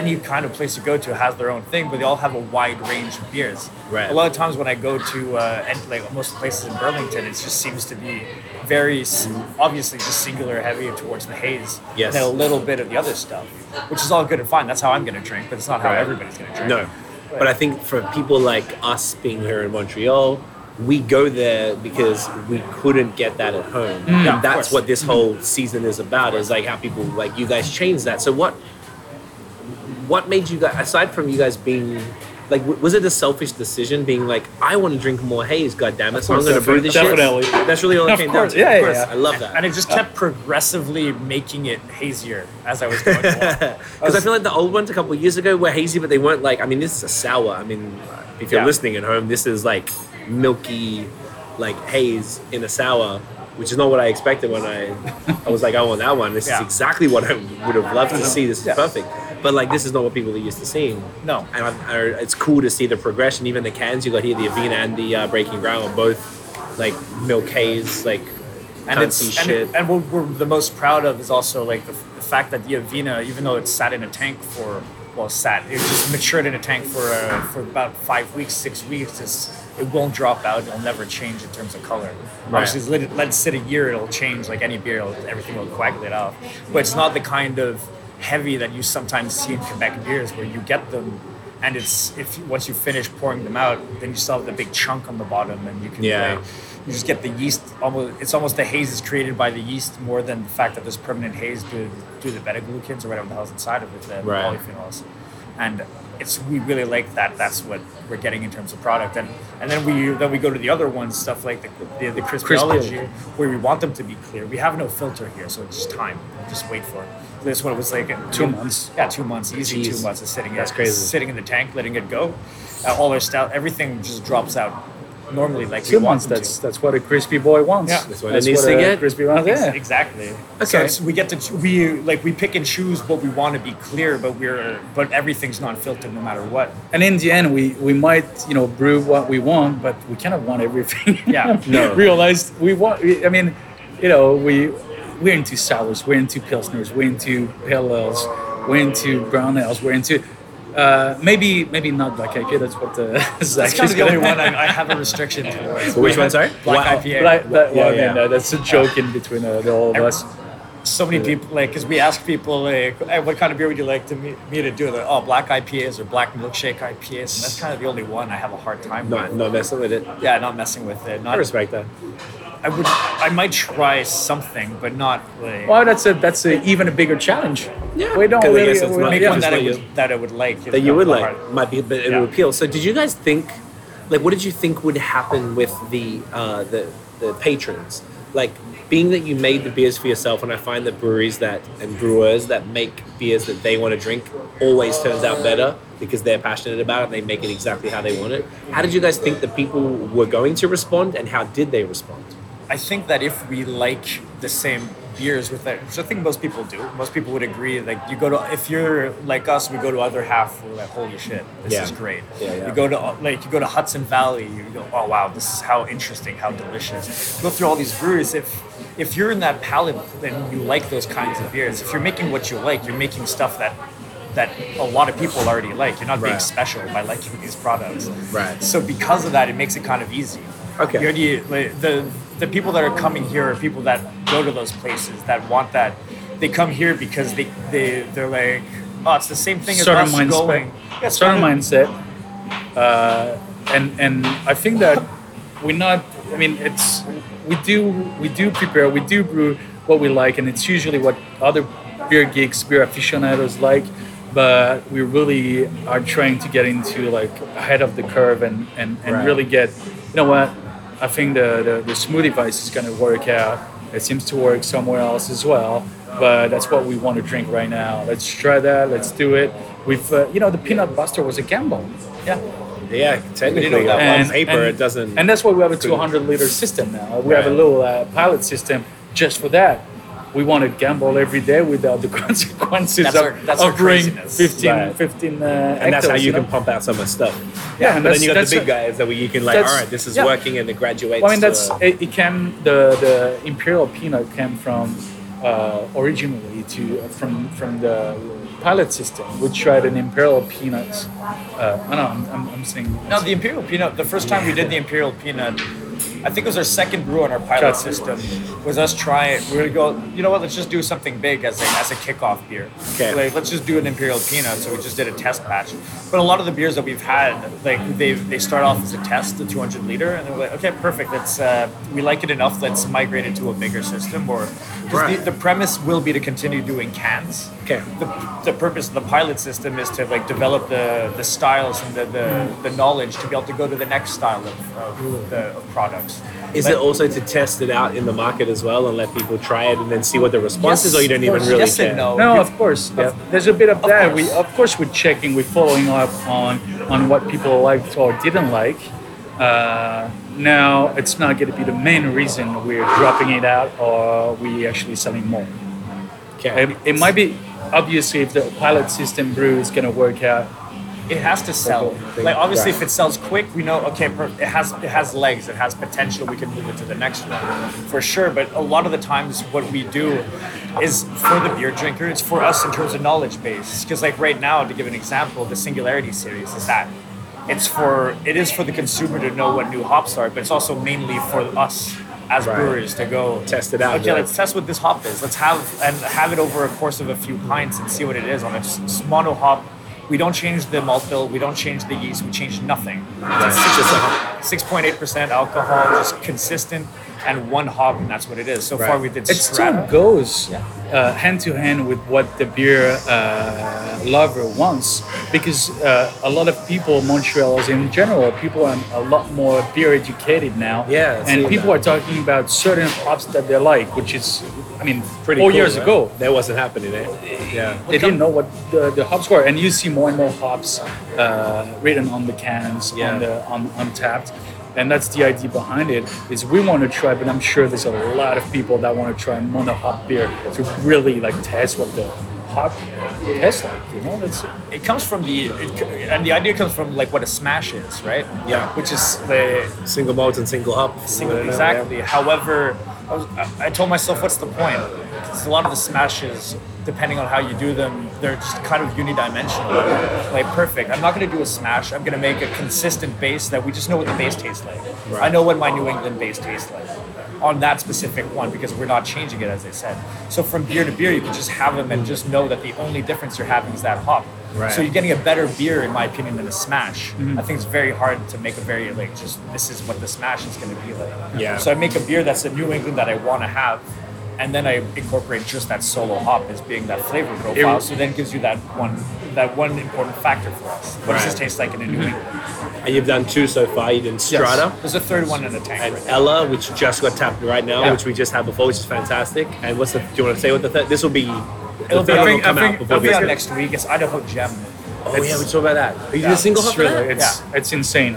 any kind of place you go to has their own thing, but they all have a wide range of beers. Right. A lot of times when I go to uh, and like most places in Burlington, it just seems to be very s- obviously just singular heavy towards the haze. Yes. And a little bit of the other stuff, which is all good and fine. That's how I'm gonna drink, but it's not how Right. everybody's gonna drink. No. But I think for people like us being here in Montreal, we go there because we couldn't get that at Mm. home. Yeah, and of that's course. what this whole season is about, is like how people like you guys change that. So what what made you guys aside from you guys being like w- was it a selfish decision being like I want to drink more haze, god damn it, so I'm course, gonna brew this shit? definitely. That's really all it Of came course, down to. yeah, of yeah, course. yeah. I love that. And it just kept progressively making it hazier as I was going along. Because I feel like the old ones a couple of years ago were hazy, but they weren't like. I mean, this is a sour. I mean, if you're Yeah. listening at home, this is like milky, like haze in a sour, which is not what I expected when I, I was like, I want that one. This is Yeah. exactly what I would have loved to see. This is Yeah. perfect. But like, this is not what people are used to seeing. No. And I, I, it's cool to see the progression. Even the cans you got here, the Avena and the uh, Breaking Ground, are both like milk haze, like. and it's cunty and, shit. and what we're the most proud of is also like the, the fact that the Avena, even though it sat in a tank for well, sat it just matured in a tank for uh, for about five weeks, six weeks. It's, it won't drop out. It'll never change in terms of color. Right. Obviously, let it, let it sit a year, it'll change. Like any beer, it'll, everything will coagulate out. But it's not the kind of heavy that you sometimes see in Quebec beers, where you get them. And it's if you, once you finish pouring them out, then you still have the big chunk on the bottom, and you can Yeah. like, you just get the yeast almost it's almost the haze is created by the yeast more than the fact that there's permanent haze due, due to the betaglucans or whatever the hell's inside of it the Right. polyphenols and it's we really like that that's what we're getting in terms of product and and then we then we go to the other ones stuff like the the, the crispology where we want them to be clear we have no filter here so it's just time just wait for it this one was like Two months. yeah two months easy Jeez. two months of sitting That's in, crazy. sitting in the tank letting it go uh, all our stout everything just drops out normally like we Two want months. them to. That's that's what a crispy boy wants. Yeah. That's what it needs to a get. Crispy wants. Yeah. Exactly. Okay. So it's- we get to ch- we like we pick and choose what we want to be clear, but we're but everything's non-filtered no matter what. And in the end, we, we might you know brew what we want, but we kind of want everything. Yeah. No. Realized we want. I mean, you know, we we're into sours, we're into pilsners, we're into pale ales, we're into brown ales, we're into uh, maybe maybe not black IPA. That's what the That's Zach kind is of the only going. one I, I have a restriction towards. Which one, sorry? Black Wow. IPA. But I, that, well, I Yeah, mean, yeah. uh, that's a joke in between uh, the, all of Every- us. so many people like because we ask people like, hey, what kind of beer would you like to me, me to do? They're oh, black IPAs or black milkshake IPAs, and that's kind of the only one I have a hard time Not, with. not messing with it. Yeah, not messing with it. Not I respect that. I would. I might try something, but not like. Well, that's a that's a, even a bigger challenge. Yeah. we don't 'Cause I really. guess it's we- not- Make yeah. one that I Just like would, that I would like. is that you not would the like hard- might be, but it Yeah. would appeal. So, did you guys think, like, what did you think would happen with the uh, the the patrons? Like, being that you made the beers for yourself, and I find that breweries that and brewers that make beers that they want to drink always turns out better because they're passionate about it and they make it exactly how they want it. How did you guys think the people were going to respond, and how did they respond? I think that if we like the same beers with that, which I think most people do, most people would agree. Like you go to, if you're like us, we go to other half. We're like, holy shit, this Yeah. is great. Yeah, yeah. You go to like you go to Hudson Valley, you go, oh wow, this is how interesting, how delicious. Go through all these breweries. If if you're in that palate, then you like those kinds of beers. If you're making what you like, you're making stuff that that a lot of people already like. You're not being Right. special by liking these products. Right. So because of that, it makes it kind of easy. Okay. You already, like, the the people that are coming here are people that go to those places that want that. They come here because they they they're like, oh, it's the same thing Certain as us mindset. going. Yeah, it's certain kind of- mindset. Uh, and and I think that we're not. I mean, it's we do we do prepare, we do brew what we like, and it's usually what other beer geeks, beer aficionados like. But we really are trying to get into like ahead of the curve and and, and Right. really get. You know what? I think the the, the smoothie vice is gonna work out. It seems to work somewhere else as well, but that's what we want to drink right now. Let's try that. Let's do it. We've, uh, you know, the peanut buster was a gamble. Yeah. Yeah, know technically, that on paper, it doesn't. And that's why we have a couldn't. 200 liter system now. We have Right. a little uh, pilot system just for that. we want to gamble every day without the consequences That's of, our- that's our of brewing craziness. 15, Right. 15 uh, and that's how you can know? pump out so much stuff. Yeah, and but then that's- you got that's the big a- guys that we, you can like, all that's- right, this is yeah. working, and it graduates. Well, I mean, to that's a- it, it came the the imperial peanut came from uh, originally to from from the pilot system, which tried an imperial peanut. Uh, I don't know. I'm, I'm, I'm saying No, the Imperial Peanut, the first time we did the Imperial Peanut, I think it was our second brew on our pilot Just- system, was us trying, we would go, you know what, let's just do something big as a, as a kickoff beer. Okay. Like, let's just do an Imperial Peanut, so we just did a test batch. But a lot of the beers that we've had, like, they they start off as a test, the 200 liter, and they're like, okay, perfect, let's, uh, we like it enough, let's migrate it to a bigger system, or, 'cause Right. the, the premise will be to continue doing cans Okay. the, the purpose of the pilot system is to like develop the, the styles and the, the, the knowledge to be able to go to the next style of, of, the, of products. Is But- it also to test it out in the market as well and let people try it and then see what the response is, or you don't of even course, really yes care? and no. No, of course. yeah. There's a bit of, Of that. course. We of course we're checking, we're following up on on what people liked or didn't like. Uh, now it's not going to be the main reason we're dropping it out or we actually selling more. Okay. It, it might be obviously if the pilot system brew is going to work out. It has to sell. thing, Like obviously, right. if it sells quick, we know okay, per- it has it has legs, it has potential. We can move it to the next one for sure. But a lot of the times, what we do is for the beer drinker. It's for us in terms of knowledge base. Because like right now, to give an example, the Singularity series is that. It's for it is for the consumer to know what new hops are, but it's also mainly for us as Right. brewers to go Test it out, Okay, yeah. let's test what this hop is. Let's have and have it over a course of a few pints and see what it is on a s- s- mono hop. We don't change the malt bill. We don't change the yeast. We change nothing. It's just a- Six point eight percent alcohol, just consistent, and one hop, and that's what it is. So far, Right. we did It still strata. goes uh, hand to hand with what the beer uh, lover wants, because uh, a lot of people, Montrealers in general, people are a lot more beer educated now. Yeah, I've and seen people that. are talking about certain hops that they like, which is, I mean, Pretty four cool, years right? ago. That wasn't happening, eh? Yeah. They didn't know what the, the hops were, and you see more and more hops uh, written on the cans, Yeah. on the on untapped, and that's the idea behind it. Is we want to try, but I'm sure there's a lot of people that want to try mono hop beer to really like test what the hop tastes like. You know, that's It comes from the it, c- and the idea comes from like what a smash is, right? Yeah. Which is the Single malt and single hop. single exactly. However, I, was, I, I told myself, what's the point? 'Cause a lot of the smashes, depending on how you do them, they're just kind of unidimensional. Like perfect. I'm not gonna do a smash. I'm gonna make a consistent base that we just know what the base tastes like. I know what my New England base tastes like on that specific one because we're not changing it as they said. So from beer to beer, you can just have them and just know that the only difference you're having is that hop. Right. So you're getting a better beer, in my opinion, than a smash. Mm-hmm. I think it's very hard to make a very like just this is what the smash is going to be like. Yeah. So I make a beer that's a New England that I want to have, and then I incorporate just that solo hop as being that flavor profile. so then it gives you that one that one important factor for us. What does this Right. Mm-hmm. taste like in a New England? And you've done two so far. You did Strata There's a third one in the tank. and right now. Ella, which just got tapped right now, Yeah. which we just had before, which is fantastic. And what's the? Do you want to say what the third? This will be. It'll the be, third I one will think, come I out think, before it'll be out this. next week. It's Idaho Gem. Oh yeah, we talk about that. Are you did Yeah. a single hop it's for really, that? it's it's insane.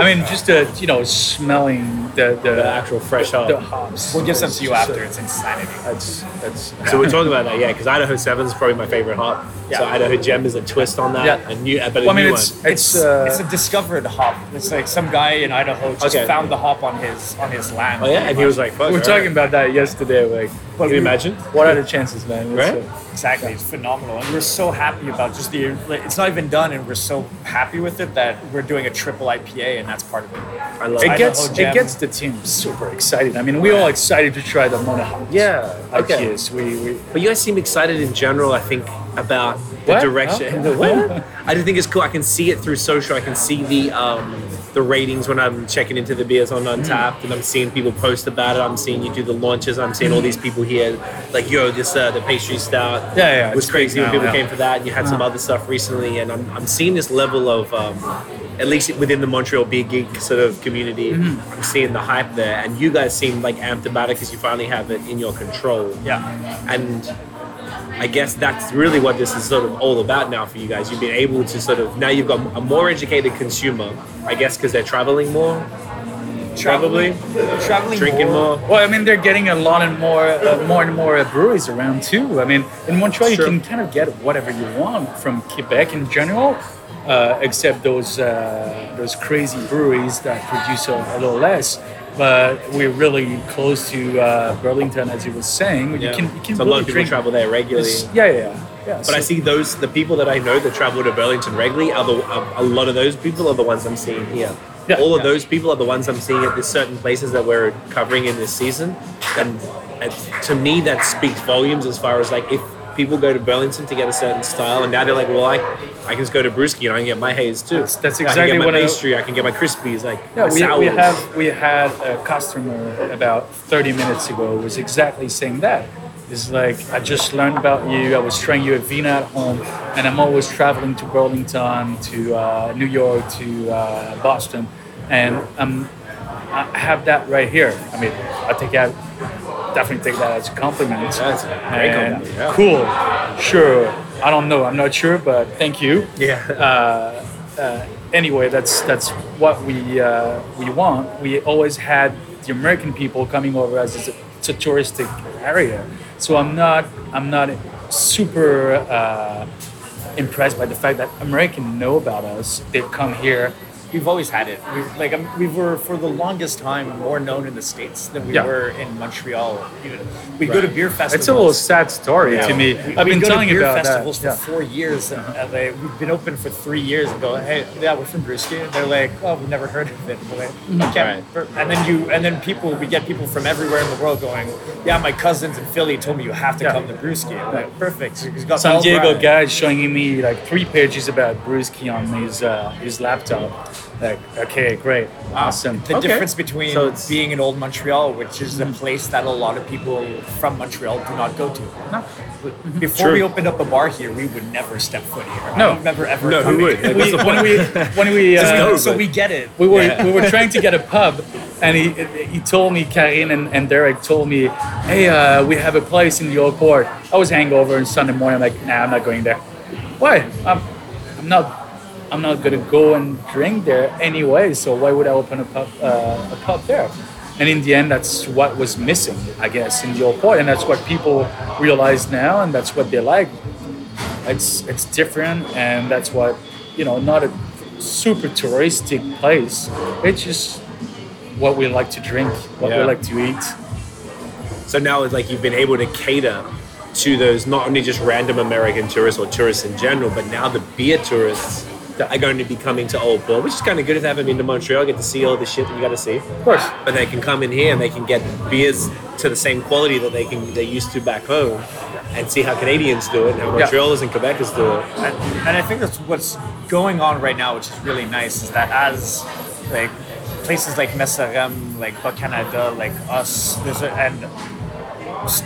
I mean, just the you know smelling the the, The actual fresh hop. the hops. We'll give some It's to you just a- after. It's insanity. That's that's So we're talking about that, yeah, because Idaho Seven is probably my favorite hop. So Yeah. Idaho Gem is a twist on that, Yeah. a new, but a Well, I mean, new it's one. it's It's uh, it's a discovered hop. It's like some guy in Idaho just Okay. found the hop on his on his land. Oh yeah, and he was like, we "Fuck." were all right. talking about that yesterday. Like, Can you imagine? What are the chances, man? It's, Right? uh, exactly. It's phenomenal, and we're so happy about just the. Like, it's not even done, and we're so happy with it that we're doing a triple IPA, and that's part of it. I love it it. gets Gem. it gets the team super excited. I mean, we're all excited to try the mono hops. Yeah, okay. IPAs. We, we But you guys seem excited in general, I think, about the What? direction. Huh? What? I just think it's cool. I can see it through social. I can see the um, the ratings when I'm checking into the beers on Untapped, and I'm seeing people post about it. I'm seeing you do the launches. I'm seeing all these people here, like yo, this uh, the pastry stout. Yeah, yeah, was it's crazy big when now, people yeah. came for that. And you had some other stuff recently, and I'm, I'm seeing this level of. Um, at least within the Montreal beer geek sort of community, Mm-hmm. I'm seeing the hype there, and you guys seem like amped about it because you finally have it in your control. Yeah, And I guess that's really what this is sort of all about now for you guys. You've been able to sort of now you've got a more educated consumer, I guess, because they're traveling more. Probably. traveling Drinking more. Well, I mean, they're getting a lot and more, uh, more and more uh, breweries around too. I mean, in Montreal, Sure. you can kind of get whatever you want from Quebec in general, uh, except those uh, those crazy breweries that produce a, a little less. But we're really close to uh, Burlington, as you were saying. Yeah. You can you can so a lot really of people drink. travel there regularly. It's- Yeah, yeah, yeah. yeah But I see those the people that I know that travel to Burlington regularly are the a, a lot of those people are the ones I'm seeing here. Yeah, All of yeah. those people are the ones I'm seeing at the certain places that we're covering in this season, and it's- to me that speaks volumes as far as like if people go to Burlington to get a certain style, and now they're like, well, I I can just go to Brewski and I can get my haze too. That's- that's I exactly can get my what I- pastry, I can get my crispies, like Yeah, my we, we sours. have we had a customer about 30 minutes ago who was exactly saying that. It's like I just learned about you. I was trying you at Vina at home, and I'm always traveling to Burlington, to uh, New York, to uh, Boston, and I'm I have that right here. I mean, I take that, definitely take that as a compliment. That's a great And compliment, yeah. Cool. Sure. I don't know. I'm not sure, but thank you. yeah, Uh, uh, anyway, that's that's what we uh, we want. We always had the American people coming over as it's a, it's a touristic area. So I'm not I'm not super uh, impressed by the fact that Americans know about us. They come here. We've always had it. We've, like um, we were for the longest time more known in the states than we Yeah. were in Montreal. We go to beer festivals. It's a little sad story Yeah. to me. We- I've we been go to telling you beer about that. festivals Yeah. for four years, and uh, they, we've been open for three years. And go, hey, yeah, we're from Brewski. And they're like, oh, we've never heard of it. We're like, Mm-hmm. "Okay." And then you, and then people, we get people from everywhere in the world going, yeah, my cousins in Philly told me you have to Yeah. come to Brewski. I'm Like, Perfect. So he's got San all Diego right. guy showing me like three pages about Brewski on his uh, his laptop. Like, okay, great, awesome. The Okay. difference between So it's- being in old Montreal, which is a Mm-hmm. place that a lot of people from Montreal do not go to. Before True. we opened up a bar here, we would never step foot here. No. I don't remember ever. No, who coming. would? Like, we, when we when we So we- uh, so we get it. we were we were trying to get a pub, and he he told me Karin and, and Derek told me, hey, uh, we have a place in the old port. I was hangover on Sunday morning. I'm like, nah, I'm not going there. Why? I'm I'm not. I'm not gonna go and drink there anyway, so why would I open a pub, uh, a pub there? And in the end, that's what was missing, I guess, in the old port, and that's what people realize now, and that's what they like it's it's different and that's why you know not a super touristic place it's just what we like to drink what Yeah. we like to eat So now it's like you've been able to cater to those not only just random American tourists or tourists in general, but now the beer tourists that are going to be coming to Old Port, which is kind of good if they haven't been to Montreal, get to see all the shit that you got to see. of course But they can come in here and they can get beers to the same quality that they can they're used to back home, and see how Canadians do it and how Yeah. Montrealers and Quebecers do it. and, and I think that's what's going on right now, which is really nice, is that as like places like Mesarem, like Bas Canada, like us, there's a, and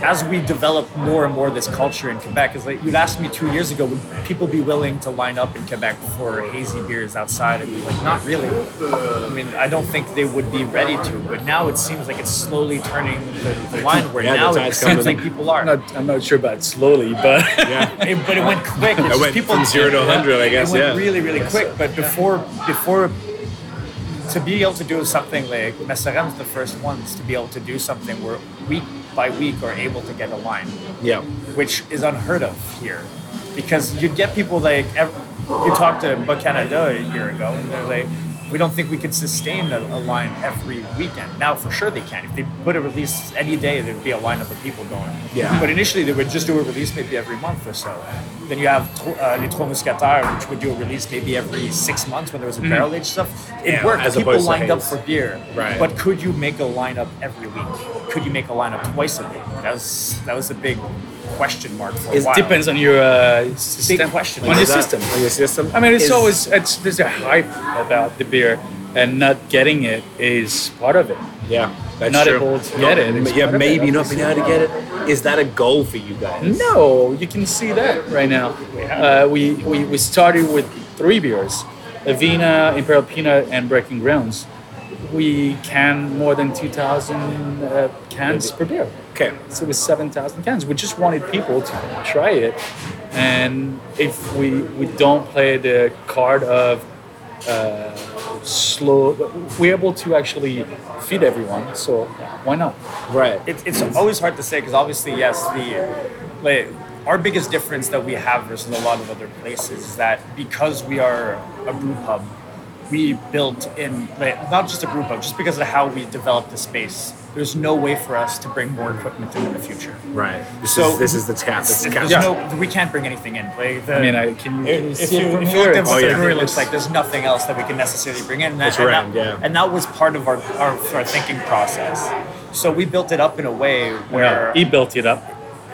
as we develop more and more this culture in Quebec, is like you'd asked me two years ago, would people be willing to line up in Quebec for hazy beers outside? And be like, not really. I mean, I don't think they would be ready to. But now it seems like it's slowly turning the, the line where Yeah, the now it tide's seems coming. like people are. i'm not, I'm not sure about slowly but Yeah. It- but it went quick. It's went people from zero to Yeah. 100, I guess, It went yeah. really, really quick. But before, before to be able to do something like Messeram's the first ones to be able to do something where week by week are able to get a line, yeah. which is unheard of here, because you'd get people like ev you talked to Bas Canada a year ago, and they're like. We don't think we could sustain a, a line every weekend. Now, for sure, they can. If they put a release any day, there'd be a lineup of people going. Yeah. But initially, they would just do a release maybe every month or so. Then you have uh, Les Trois Mousquetaires, which would do a release maybe every six months when there was a barrel aged stuff. It Mm. Yeah, worked. as People opposed to lined up haze. for beer. Right. But could you make a lineup every week? Could you make a lineup twice a week? That was that was a big question mark for a it while. depends on your uh, system question. on your Is That- system on your system. I mean, it's is- always it's there's a hype about the beer, and not getting it is part of it. Yeah, that's Not true. able to Not- get it. It's Yeah, part of it, maybe not being able to get it. Is that a goal for you guys? No, you can see that right now. Uh, we, we we started with three beers: Avena, Imperial Peanut, and Breaking Grounds. We can more than two thousand uh, cans per beer. Okay. So it was seven thousand cans. We just wanted people to try it, and if we we don't play the card of uh, slow. We're able to actually feed everyone, so why not? Right. It, it's always hard to say because obviously, yes, the like, our biggest difference that we have versus a lot of other places is that because we are a brew pub, we built in like, not just a brew pub, just because of how we developed the space. There's no way for us to bring more equipment in in the future. right. This So- is this is the tap. This is There's cap. no, we can't bring anything in. Like the, I mean, I, can you, can you if, if see you, it from if you here? looked at what Oh, yeah. the brewery looks like, there's nothing else that we can necessarily bring in. And It's that, round, and yeah. that, And that was part of our, our, our thinking process. So we built it up in a way Yeah, where he built it up.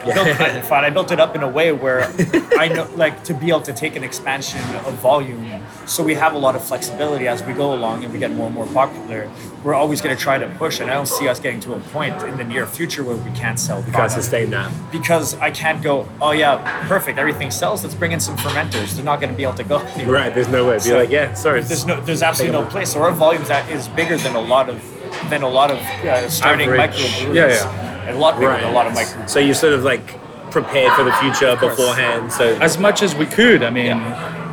built, I, fine, I built it up in a way where I know, like, to be able to take an expansion of volume. So we have a lot of flexibility as we go along and we get more and more popular. We're always going to try to push, and I don't see us getting to a point in the near future where we can't sell Can't product sustain that. because I can't go. Oh yeah, perfect. Everything sells. Let's bring in some fermenters. They're not going to be able to go. Anywhere. Right. There's no way. Be like, yeah, sorry. There's no. There's absolutely no place. So our volume that is bigger than a lot of than a lot of uh, starting Average. microbreweries. Yeah, A lot bigger Right. than a lot of micro. So you sort of like prepared for the future course. beforehand. So as much as we could. I mean,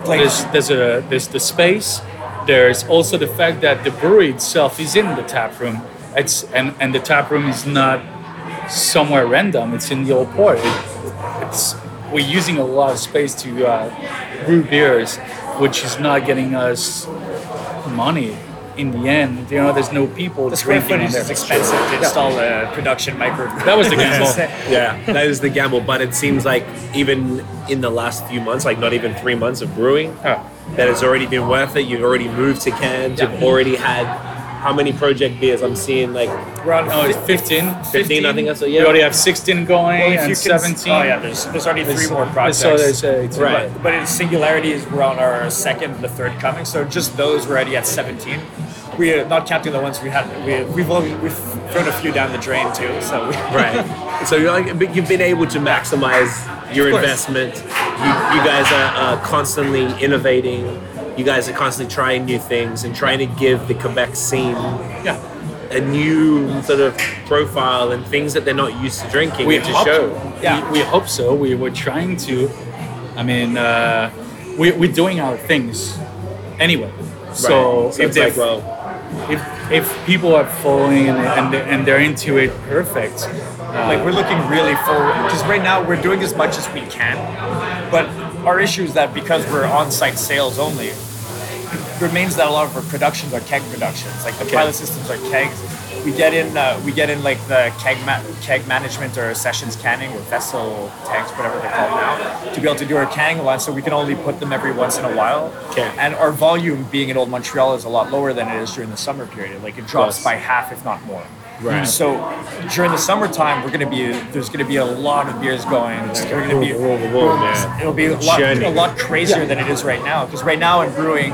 Like- there's there's a there's the space. There's also the fact that the brewery itself is in the tap room. It's and and the tap room is not somewhere random. It's in the old port. It, it's we're using a lot of space to uh, brew beers, which is not getting us money in the end. You know, there's no people The square drinking in footage there. is expensive to install a production micro. That was the gamble. yeah, that is the gamble. But it seems like even in the last few months, like not even three months of brewing, Yeah. that it's already been worth it. You've already moved to cans. You've already had how many project beers? I'm seeing like We're on- No, Oh, it's 15. 15, I think that's what- yeah. We already have 16 going Well, if and you can- 17. Oh yeah, there's there's already three more projects. So there's uh, it's Right. But, but in singularities, we're on our second, the third coming. So just those, we're already at 17. We are not counting the ones we had. We, we've only, we've thrown a few down the drain too. So we, right. so you're like, but you've been able to maximize your Of course. investment. You, you guys are uh, constantly innovating. You guys are constantly trying new things and trying to give the Quebec scene yeah. a new sort of profile and things that they're not used to drinking we and to hope, show. Yeah, we, we hope so. We were trying to. I mean, uh, we, we're doing our things anyway. So, Right. so if, it's they like, well, if if people are following and and, they- and they're into it, perfect. Uh, like we're looking really forward because right now we're doing as much as we can. But our issue is that because we're on-site sales only, remains that a lot of our productions are keg productions. Like the pilot systems are kegs. We get in, uh, we get in like the keg ma- keg management or sessions canning or vessel tanks, whatever they're called now, to be able to do our canning line. So we can only put them every once in a while. Okay. And our volume being in Old Montreal is a lot lower than it is during the summer period. Like it drops Yes. by half, if not more. Right. So during the summertime, we're gonna be there's gonna be a lot of beers going. We're gonna be Whoa, whoa, whoa, man. it'll be a lot Journey. a lot crazier than it is right now. Because right now in brewing,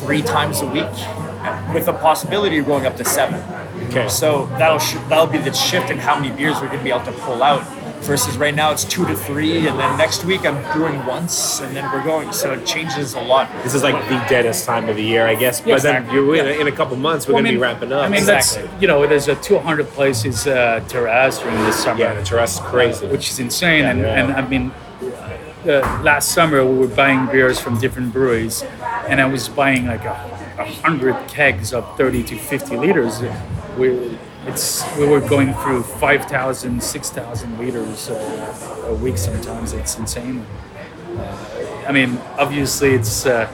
three times a week, with the possibility of going up to seven. Okay. So that'll sh- that'll be the shift in how many beers we're gonna be able to pull out. Versus right now it's two to three, and then next week I'm brewing once, and then we're going. So it changes a lot. this is like the deadest time of the year, I guess. But Yeah, then exactly. you're in, in a couple months, we're Well, going I mean- to be wrapping up. I mean, Exactly. that's you know, there's a 200 places uh, terrace during the summer. yeah, the terrace is crazy. which is insane. and, yeah. and I mean, uh, last summer we were buying beers from different breweries, and I was buying like a, a hundred kegs of 30 to 50 liters. We it's we were going through 5,000, 6,000 liters uh, a week sometimes. It's insane. I mean, obviously, it's uh,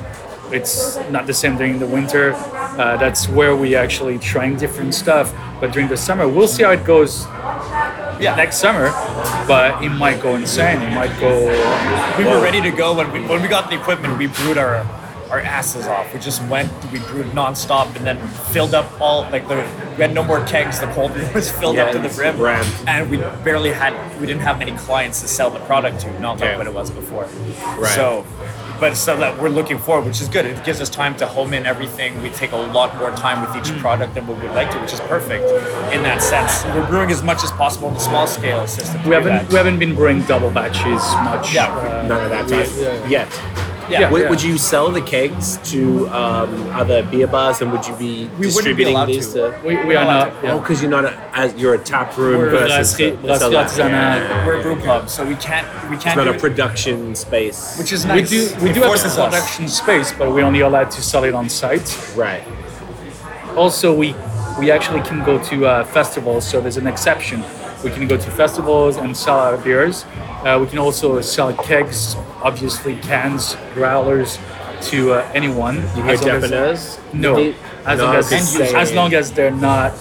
it's not the same during the winter. Uh, that's where we actually trying different stuff. But during the summer, we'll see how it goes. Yeah. next summer, but it might go insane. It might go. We were ready to go when we when we got the equipment. We brewed our our asses off. We just went. We brewed nonstop and then filled up all like the. We had no more kegs. The cold room was filled Yeah, up to the it's brim, rammed. and we barely had. We didn't have many clients to sell the product to. Not like Yeah. what it was before. Right. So. But so that we're looking forward, which is good. It gives us time to home in everything. We take a lot more time with Mm. each product than what we'd like to, which is perfect in that sense. We're brewing as much as possible in the small scale system. to do We that. haven't we haven't been brewing double batches much. Uh, Yeah. None of that we- time yet. Yeah. Would, would you sell the kegs to um, other beer bars, and would you be be distributing allowed these to. to? We, we are not. Oh, Uh, Yeah. because you're not a, as you're a tap room We're versus Lasky- uh, the- the Lasky cellar. Artisanal. We're a brew pub, so we can't we It's can't not do a it, production space. which is We nice. do we It do have forces a us. production space, but we're only allowed to sell it on site. right. Also, we we actually can go to uh, festivals, so there's an exception. We can go to festivals and sell our beers. Uh, we can also sell kegs, obviously cans, growlers, to uh, anyone. You as get long as- Japanese. No, You- as, No, long as, it's end use- as saying- long as they're not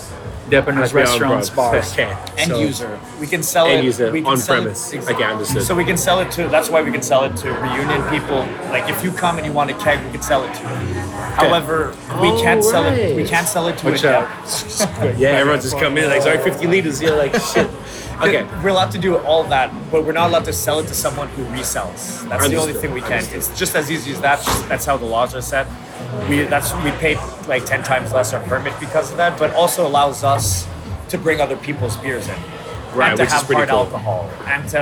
Japanese Like, yeah, restaurants, bro. bars. Okay. End So- user. We can sell it. End user we can on sell it- premise. Ex- Okay, understood. So we can sell it to. That's why we can sell it to reunion people. Like if you come and you want a keg, we can sell it to you. However, we can't sell it. We Alright. can't sell it to Which, a uh, keg. yeah, everyone's just coming in like sorry, 50 liters. You're like shit. Okay. We're allowed to do all that, but we're not allowed to sell it to someone who resells. That's the only Understood, thing we can. understood. It's just as easy as that. That's how the laws are set. We that's we pay like ten times less our permit because of that, but also allows us to bring other people's beers in. Right, and to which is have pretty hard cool. alcohol, and to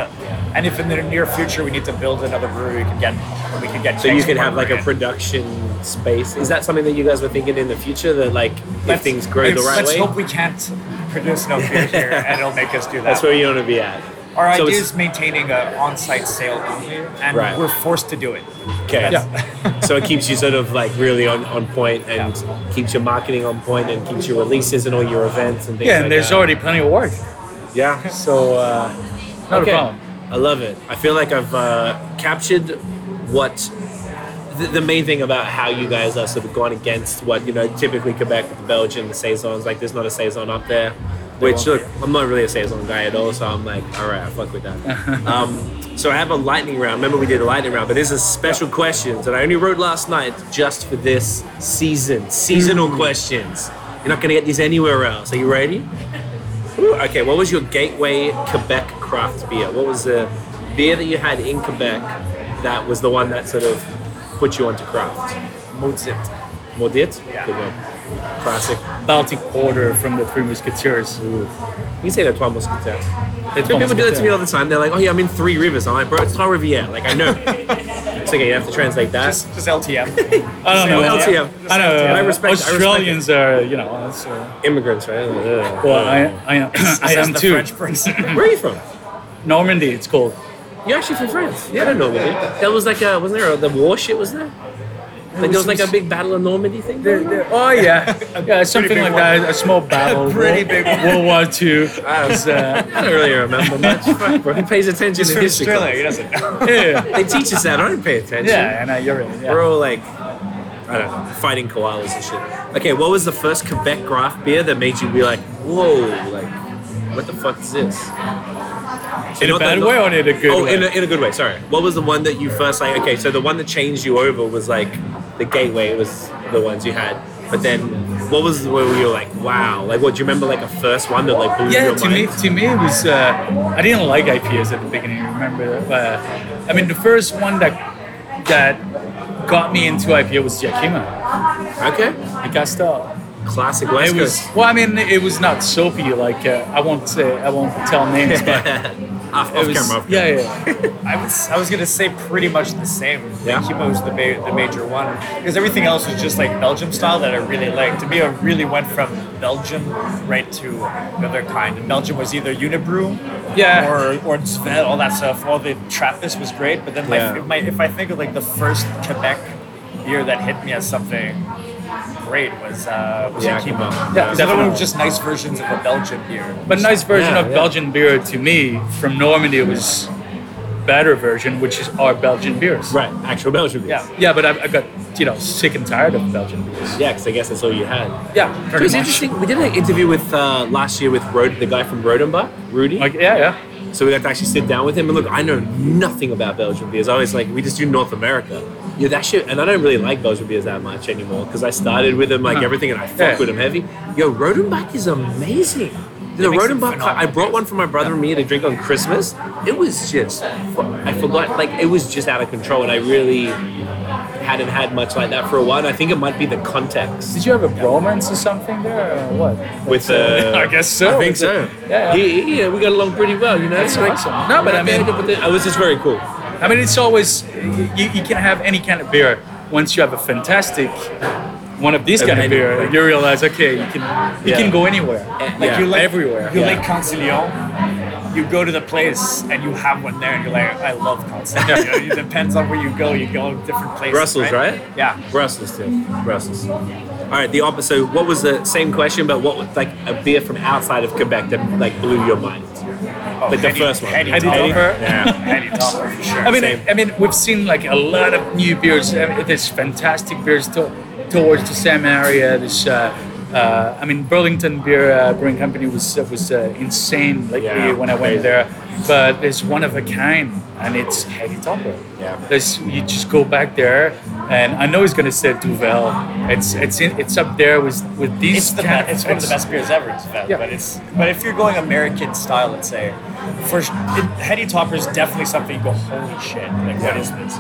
and if in the near future we need to build another brewery, we can get we can get. So you kegs can have like brewed a in. production space. Is that something that you guys were thinking in the future that like if Let's- things grow the let's- right Let's way, hope we can't produce no beer here, and it'll make us do that. that's where you want to be at. Our So idea it's- is maintaining an on-site sale only, and Right. we're forced to do it. Okay. Yeah. so it keeps you sort of like really on, on point and keeps your marketing on point and keeps your releases and all your events and things Yeah, like uh, and there's that. already plenty of work, Yeah. so uh, not Okay. a problem. I love it. I feel like I've uh, captured what the, the main thing about how you guys are sort of gone against what you know typically Quebec, with the Belgian, the saisons. Like there's not a saison up there. won't Which look, I'm not really a saison guy at all, so I'm like, all right, I fuck with that. um, so I have a lightning round. Remember we did a lightning round, but this is special questions that I only wrote last night just for this season. Seasonal Mm. questions. You're not gonna get these anywhere else. Are you ready? Ooh, Okay, what was your gateway Quebec craft beer? What was the beer that you had in Quebec that was the one that sort of put you onto craft? Mozit. Maudit? Yeah. Good one. Classic. Baltic Porter from the Three Musketeers. You say that Trois Mousquetaires. The People do that to me all Musketeers. the time. They're like, oh yeah, I'm in Three Rivers. I'm like, bro, it's Trois Rivières. Like, I know. it's okay, you have to translate that. Just, just LTM. I don't know. Well, LTM. I don't know. I respect- I respect Australians are, you know. It's, uh, Immigrants, right? Like, ugh. well, I, I am. I Says am the too. French person. Where are you from? Normandy, it's called. You're actually from France. Yeah. I don't know, man. That was like a, wasn't there a, the war shit, was there? Like, there was like a big battle of Normandy thing? going on? Oh yeah, yeah, something big like one. that. A small battle. Pretty World- big one. World War Two. was, uh, I don't really remember much. Fuck, bro. Who pays attention He's to from history? Australia. He doesn't know. yeah, They teach us that. I don't pay attention. yeah, and uh, you're right. Yeah. We're all like, I don't know, fighting koalas and shit. Okay, what was the first Quebec craft beer that made you be like, whoa, like, what the fuck is this? In a what bad the- way or in a good oh, way? in a, in a good way. Sorry. What was the one that you first like? Okay, so the one that changed you over was like the gateway was the ones you had, but then what was where you were like, wow, like what do you remember like a first one that like blew Yeah, your to mind? me, to me, it was. Uh, I didn't like IPAs at the beginning. Remember, uh, I mean, the first one that that got me into IPA was Yakima, Okay, the Castel. classic West It was Coast. well, I mean, it was not soapy. Like uh, I won't say, I won't tell names, but off, it off was. camera, off yeah, yeah. I was, I was gonna say pretty much the same. Yeah. Kimo was the, ma- the major one because everything else was just like Belgium style that I really liked. To me, I really went from Belgium right to the other kind. And Belgium was either Unibrew, Yeah. or or Zvet, all that stuff. All the Trappist was great, but then like Yeah. if, my, if I think of like the first Quebec beer that hit me as something great was uh, was Yeah, Yakima. Yakima. Yeah, the other one Definitely. was just nice versions of a Belgian beer. But nice version Yeah, of yeah. Belgian beer to me from Normandy was better version, which is our Belgian beers. Right, actual Belgian beers. Yeah. Yeah, but I, I got you know sick and tired of Belgian beers. Yeah, because I guess that's all you had. Yeah, It pretty was much. interesting. We did an interview with uh, last year with Rod, the guy from Rodenbach, Rudy. Like yeah, yeah. So we got to actually sit down with him. And look, I know nothing about Belgian beers. I always like, we just do North America. Yeah, that shit. And I don't really like Belgian beers that much anymore because I started with them like Huh. everything and I fuck Yeah. with them heavy. Yo, Rodenbach is amazing. The make some Rodenbach, I phenomenal brought one for my brother and me to drink on Christmas. It was just, I forgot, like, it was just out of control. And I really hadn't had much like that for a while. And I think it might be the context. Did you have a bromance or something there, or what? with uh, I guess so. I think so. Yeah, yeah. He- he- yeah, we got along pretty well, you know. That's It's like- awesome. No, but I mean- it was just very cool. I mean, it's always you, you can have any kind of beer. Once you have a fantastic one of these kind of And- beer, you realize okay, you can you Yeah. Eh, can go anywhere, Like yeah. you like everywhere. You Yeah. like Concilion. You go to the place and you have one there, and you're like, I love Concilion. Yeah. You know, it depends on where you go. You go to different places. Brussels, right? Yeah. Brussels too. Brussels. All right, the opposite. So, what was the same question? But what was like a beer from outside of Quebec that like blew your mind? Oh, Like the first one. Eddie, Eddie Topper. Yeah. Eddie Topper for sure. I mean, Same. I mean, we've seen like a lot of new beers. I mean, there's fantastic beers to, towards the same area. This, uh, uh, I mean, Burlington Beer uh, Brewing Company was was uh, insane like when I Yeah, went amazing. there. But there's one of a kind, and it's Heavy Topper. Yeah. There's you just go back there, and I know he's gonna say Duvel. It's it's in, it's up there with with these. it's the kind best, it's one of the best beers ever. It's bad, Yeah. but it's but if you're going American style, let's say, for sh- it, Hetty Topper is definitely something you go, holy shit, like what is this?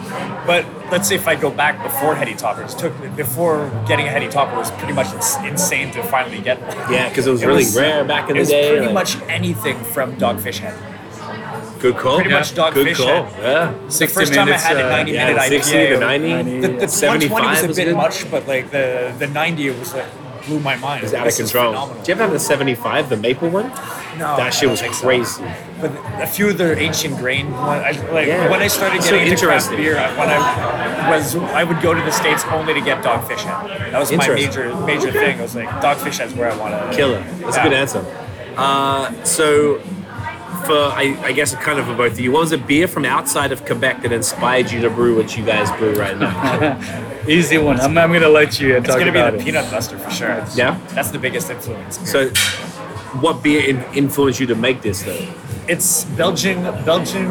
But let's say if I go back before Hetty Topper, it took before getting a Hetty Topper was pretty much ins- insane to finally get. One. Yeah, 'cause it was really rare back it in the was day, Pretty like- much anything from Dogfish Head. Good call. Pretty Yeah. much Dogfish Good call. Head. Yeah. 60 first time I minutes, had it, uh, 90 Yeah, minute the 60 to IPA. 90. The, the 75 120 was a was bit good. much, but like the the 90 was like blew my mind. It was out This of is control. phenomenal. Do you ever have the 75, the maple one? No, I that shit don't was think so. crazy. But a few of their ancient grain, one- I, like Yeah. when I started So getting into craft interesting. beer, I- when I was, I would go to the states only to get dogfish head. That was my Interesting. major, major thing. I was like, dogfish head's where I want to Killer. That's a good answer. Uh, so, for I, I guess kind of for both of you, what was a beer from outside of Quebec that inspired you to brew what you guys brew right now? easy one. I'm, I'm gonna let you uh, It's talk gonna be about the it. peanut buster for sure. Yeah? that's the biggest influence. so, what beer in, influenced you to make this though? it's Belgian, Belgian,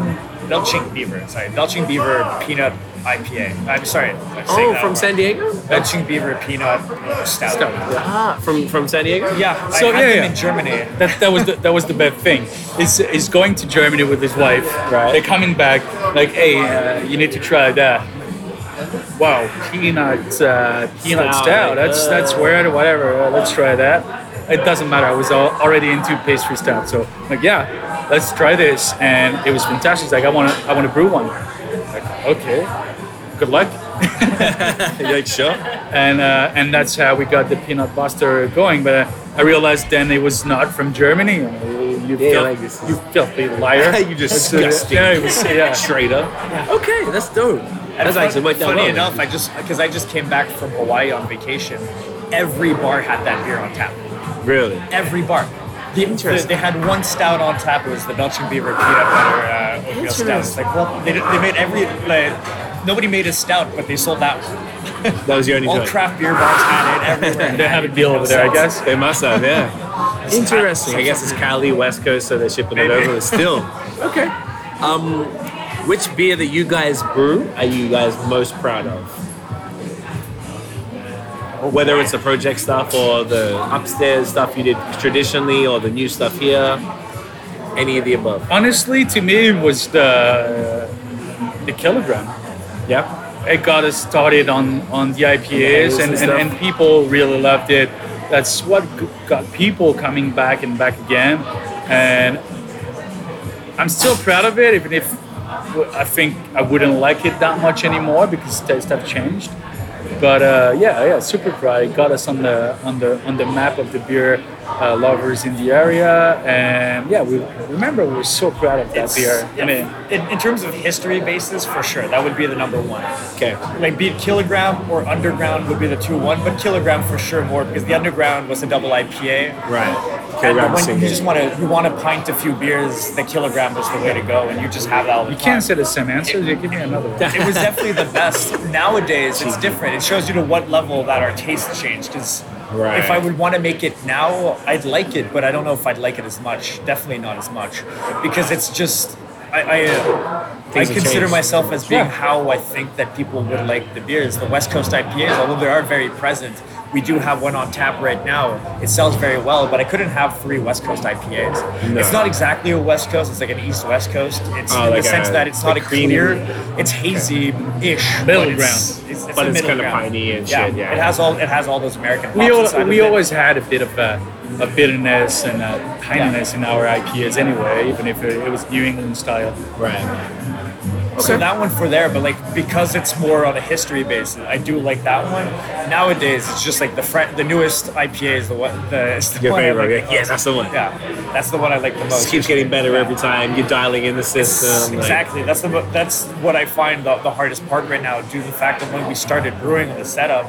Belching Beaver. Sorry, Belching Beaver Peanut IPA. I'm sorry. I'm saying Oh, that from wrong. San Diego? Belching Beaver Peanut Stout. Ah, from from San Diego. Yeah, So, I had yeah, them yeah. in Germany. that, that was the, that was the bad thing. Is is going to Germany with his wife. Right. They're coming back. Like, hey, uh, you need to try that. Wow, peanut uh, peanut Stout, stout. like, That's uh. that's weird. Whatever. Uh, let's try that. It doesn't matter. I was al- already into pastry stout, so like, yeah, let's try this. And it was fantastic. It's like, I want to I want to brew one. Like, okay, good luck. Yeah, sure. And uh, and that's how we got the peanut buster going. But uh, I realized then it was not from Germany. You Yeah, felt- like this is- you filthy liar. you disgusting Yeah, it was, yeah. traitor. Okay, that's dope. And That's actually worked out funny well. enough, I just because I just came back from Hawaii on vacation. Every bar had that beer on tap. Really? Every bar. The, the, Interesting. they had one stout on tap. It was the Belching Beaver peanut butter uh, oatmeal stout. It's like, well, they, did- they made every like, nobody made a stout, but they sold that. one. That was your only All joke. craft beer bars had it everywhere. They have a deal over there, I guess. They must have, yeah. Interesting. I guess it's Cali, West Coast, so they're shipping it over. But still, okay. Um, which beer that you guys brew are you guys most proud of? Whether it's the project stuff or the upstairs stuff you did traditionally or the new stuff here, any of the above. Honestly, to me, it was the the kilogram. Yeah. It got us started on on the IPAs, Yeah, and, this and, stuff. and people really loved it. That's what g- got people coming back and back again. And I'm still proud of it, even if w- I think I wouldn't like it that much anymore because tastes have changed. But uh, yeah, yeah, super proud. It got us on the on the on the map of the beer uh, lovers in the area, and yeah, we remember we were so proud of that It's- beer. I yeah, mean, in, in terms of history basis, for sure, that would be the number one. Okay. like be it kilogram or underground would be the two one, but kilogram for sure more because the underground was a double IPA. Right. Okay. And Rob when Singh. you just want to you want to pint a few beers, the kilogram was the way to go, and you just have that. All the you time. can't say the same answer. You give me another one. It was definitely the best. Nowadays, it's different. It shows you to what level that our taste changed. Because Right. if I would want to make it now, I'd like it, but I don't know if I'd like it as much. Definitely not as much, because it's just I. I uh, I Things have consider changed. myself as being Yeah. how I think that people would like the beers. The West Coast IPAs, although they are very present, we do have one on tap right now. It sells very well, but I couldn't have three West Coast IPAs. No. It's not exactly a West Coast, it's like an East West Coast. It's Oh, in like the sense a- that it's like not a creamy. clear, it's hazy ish. Middle It's, ground. it's, it's But a it's middle kinda ground. piney and yeah, shit, yeah. It has all it has all those American. we, hops al- inside of we it. always had a bit of a, a bitterness and a pininess in our IPAs anyway, even if it, it was New England style. Right. So that one for there, but like because it's more on a history basis, I do like that one. Nowadays, it's just like the fre- the newest IPA is the one. The, it's the Your one I favorite, like yeah. the Yes, that's the one. most. Yeah, that's the one I like the most. Just keeps getting better every time. You're dialing in the system. like- Exactly. That's the mo- that's what I find the, the hardest part right now, due to the fact that when we started brewing the setup,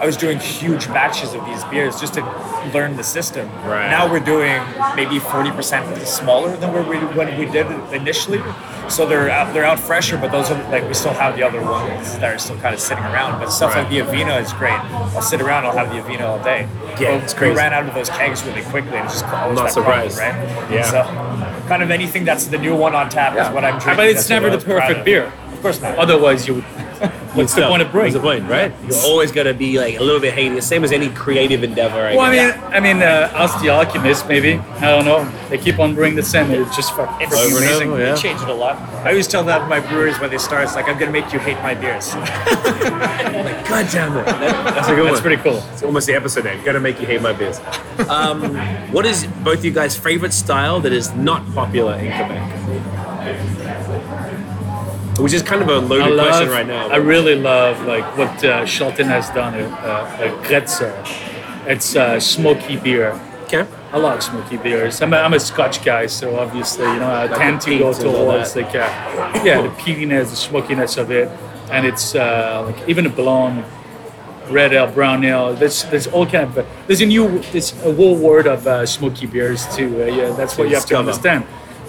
I was doing huge batches of these beers just to learn the system. Right. Now we're doing maybe forty percent smaller than where we when we did it initially, so they're out, they're out fresher. But those are like we still have the other ones that are still kind of sitting around. But stuff Right. like the Avena is great. I'll sit around. I'll have the Avena all day. Yeah, But it's We crazy. ran out of those kegs really quickly. And it's just always Not that problem, surprised. right? Yeah. So, kind of anything that's the new one on tap is what I'm drinking. But it's That's what never I the was proud perfect of. beer. Of course not. Otherwise, you would. What's the yourself. point of brewing? What's the point, right? You're always gonna be like a little bit hating. The same as any creative endeavor. I Well, I mean, guess. I mean, uh, ask the alchemist, maybe. I don't know. They keep on brewing the same. It's just fuck. It's Over and amazing. over, They yeah. change it a lot. I always tell that to my brewers when they start. It's like I'm gonna make you hate my beers. God damn it. That- that's a good That's one. pretty cool. It's almost the episode name. Gonna make you hate my beers. Um, what is both you guys' favorite style that is not popular in Quebec? Which is kind of a I loaded love. question right now. I really love like what uh, Shelton has done. Uh, uh, Gretzer. It's uh, smoky beer. okay. I like smoky beers. I'm a, I'm a Scotch guy, so obviously, you know, I Like tend the to go peats and all towards that. like, uh, yeah, the peatiness, the smokiness of it, and it's uh, like even a blonde, red ale, brown ale. There's there's all kind of there's a new there's a whole world of uh, smoky beers too. Uh, yeah, that's what you have to Discover. understand.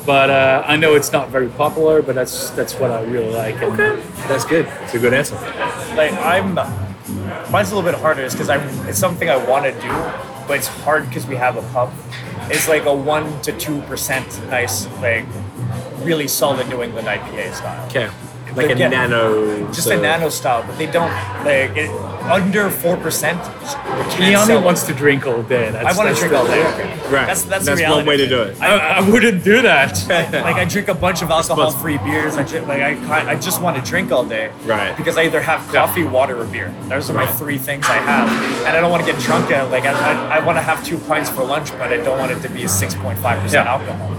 But uh, I know it's not very popular, but that's that's what I really like. And, That's good. It's a good answer. like I'm, mine's a little bit harder. Is because I'm. It's something I want to do, but it's hard because we have a pub. It's like a one to two percent nice, like really solid New England IPA style. Okay. Like a Yeah. nano. uh, Just so- a nano style, but they don't like it, under four percent. he only wants to drink all day. I That's, want to that's drink the- all day. Right. That's that's, the That's reality. one way to do it. I, I wouldn't do that. like I drink a bunch of alcohol-free beers. I drink, like I, ki- I just want to drink all day. Right. Because I either have coffee, water, or beer. Those are my three things I have, and I don't want to get drunk. At, like I, I, I want to have two pints for lunch, but I don't want it to be a six point five percent Yeah. alcohol.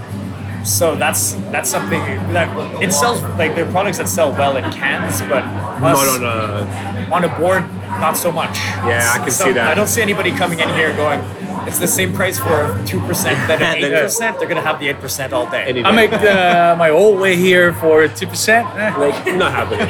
So that's that's something that it sells. Like there are products that sell well in cans, but Not us- on uh, a. on a board, not so much. Yeah, I can see that. I don't see anybody coming in here going, it's the same price for two percent than an Then- eight percent. They're gonna have the eight percent all day. Anyway. I make uh, my whole way here for two percent. Eh, Like, not happening.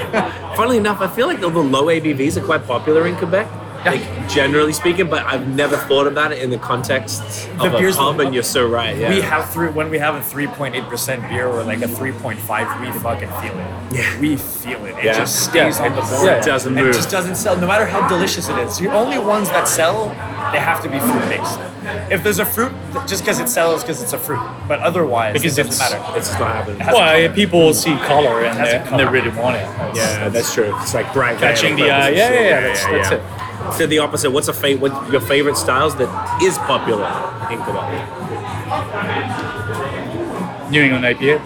Funnily enough, I feel like all the low ABVs are quite popular in Quebec. Like, generally speaking, but I've never thought about it in the context of The a beers- pub, and you're so right. Yeah. We have three when we have a three point eight percent beer or like a three point five, we fucking feel it. Yeah. We feel it. It Yeah. just stays Yeah. on the board. Yeah, it doesn't It move. just doesn't sell, no matter how delicious it is. The only ones that sell, they have to be fruit based. If there's a fruit, just because it sells, because it's a fruit. But otherwise, Because it doesn't it's- matter. It's just not happening. Has a Well, yeah, color. people see color and Has a they, and they color. really want it. Yeah, that's true. It's like bright Catching red, the eye. like, Yeah, yeah, yeah. That's, that's it. it. So the opposite. What's a fa- what your favorite styles that is popular in Quebec? New England IPA.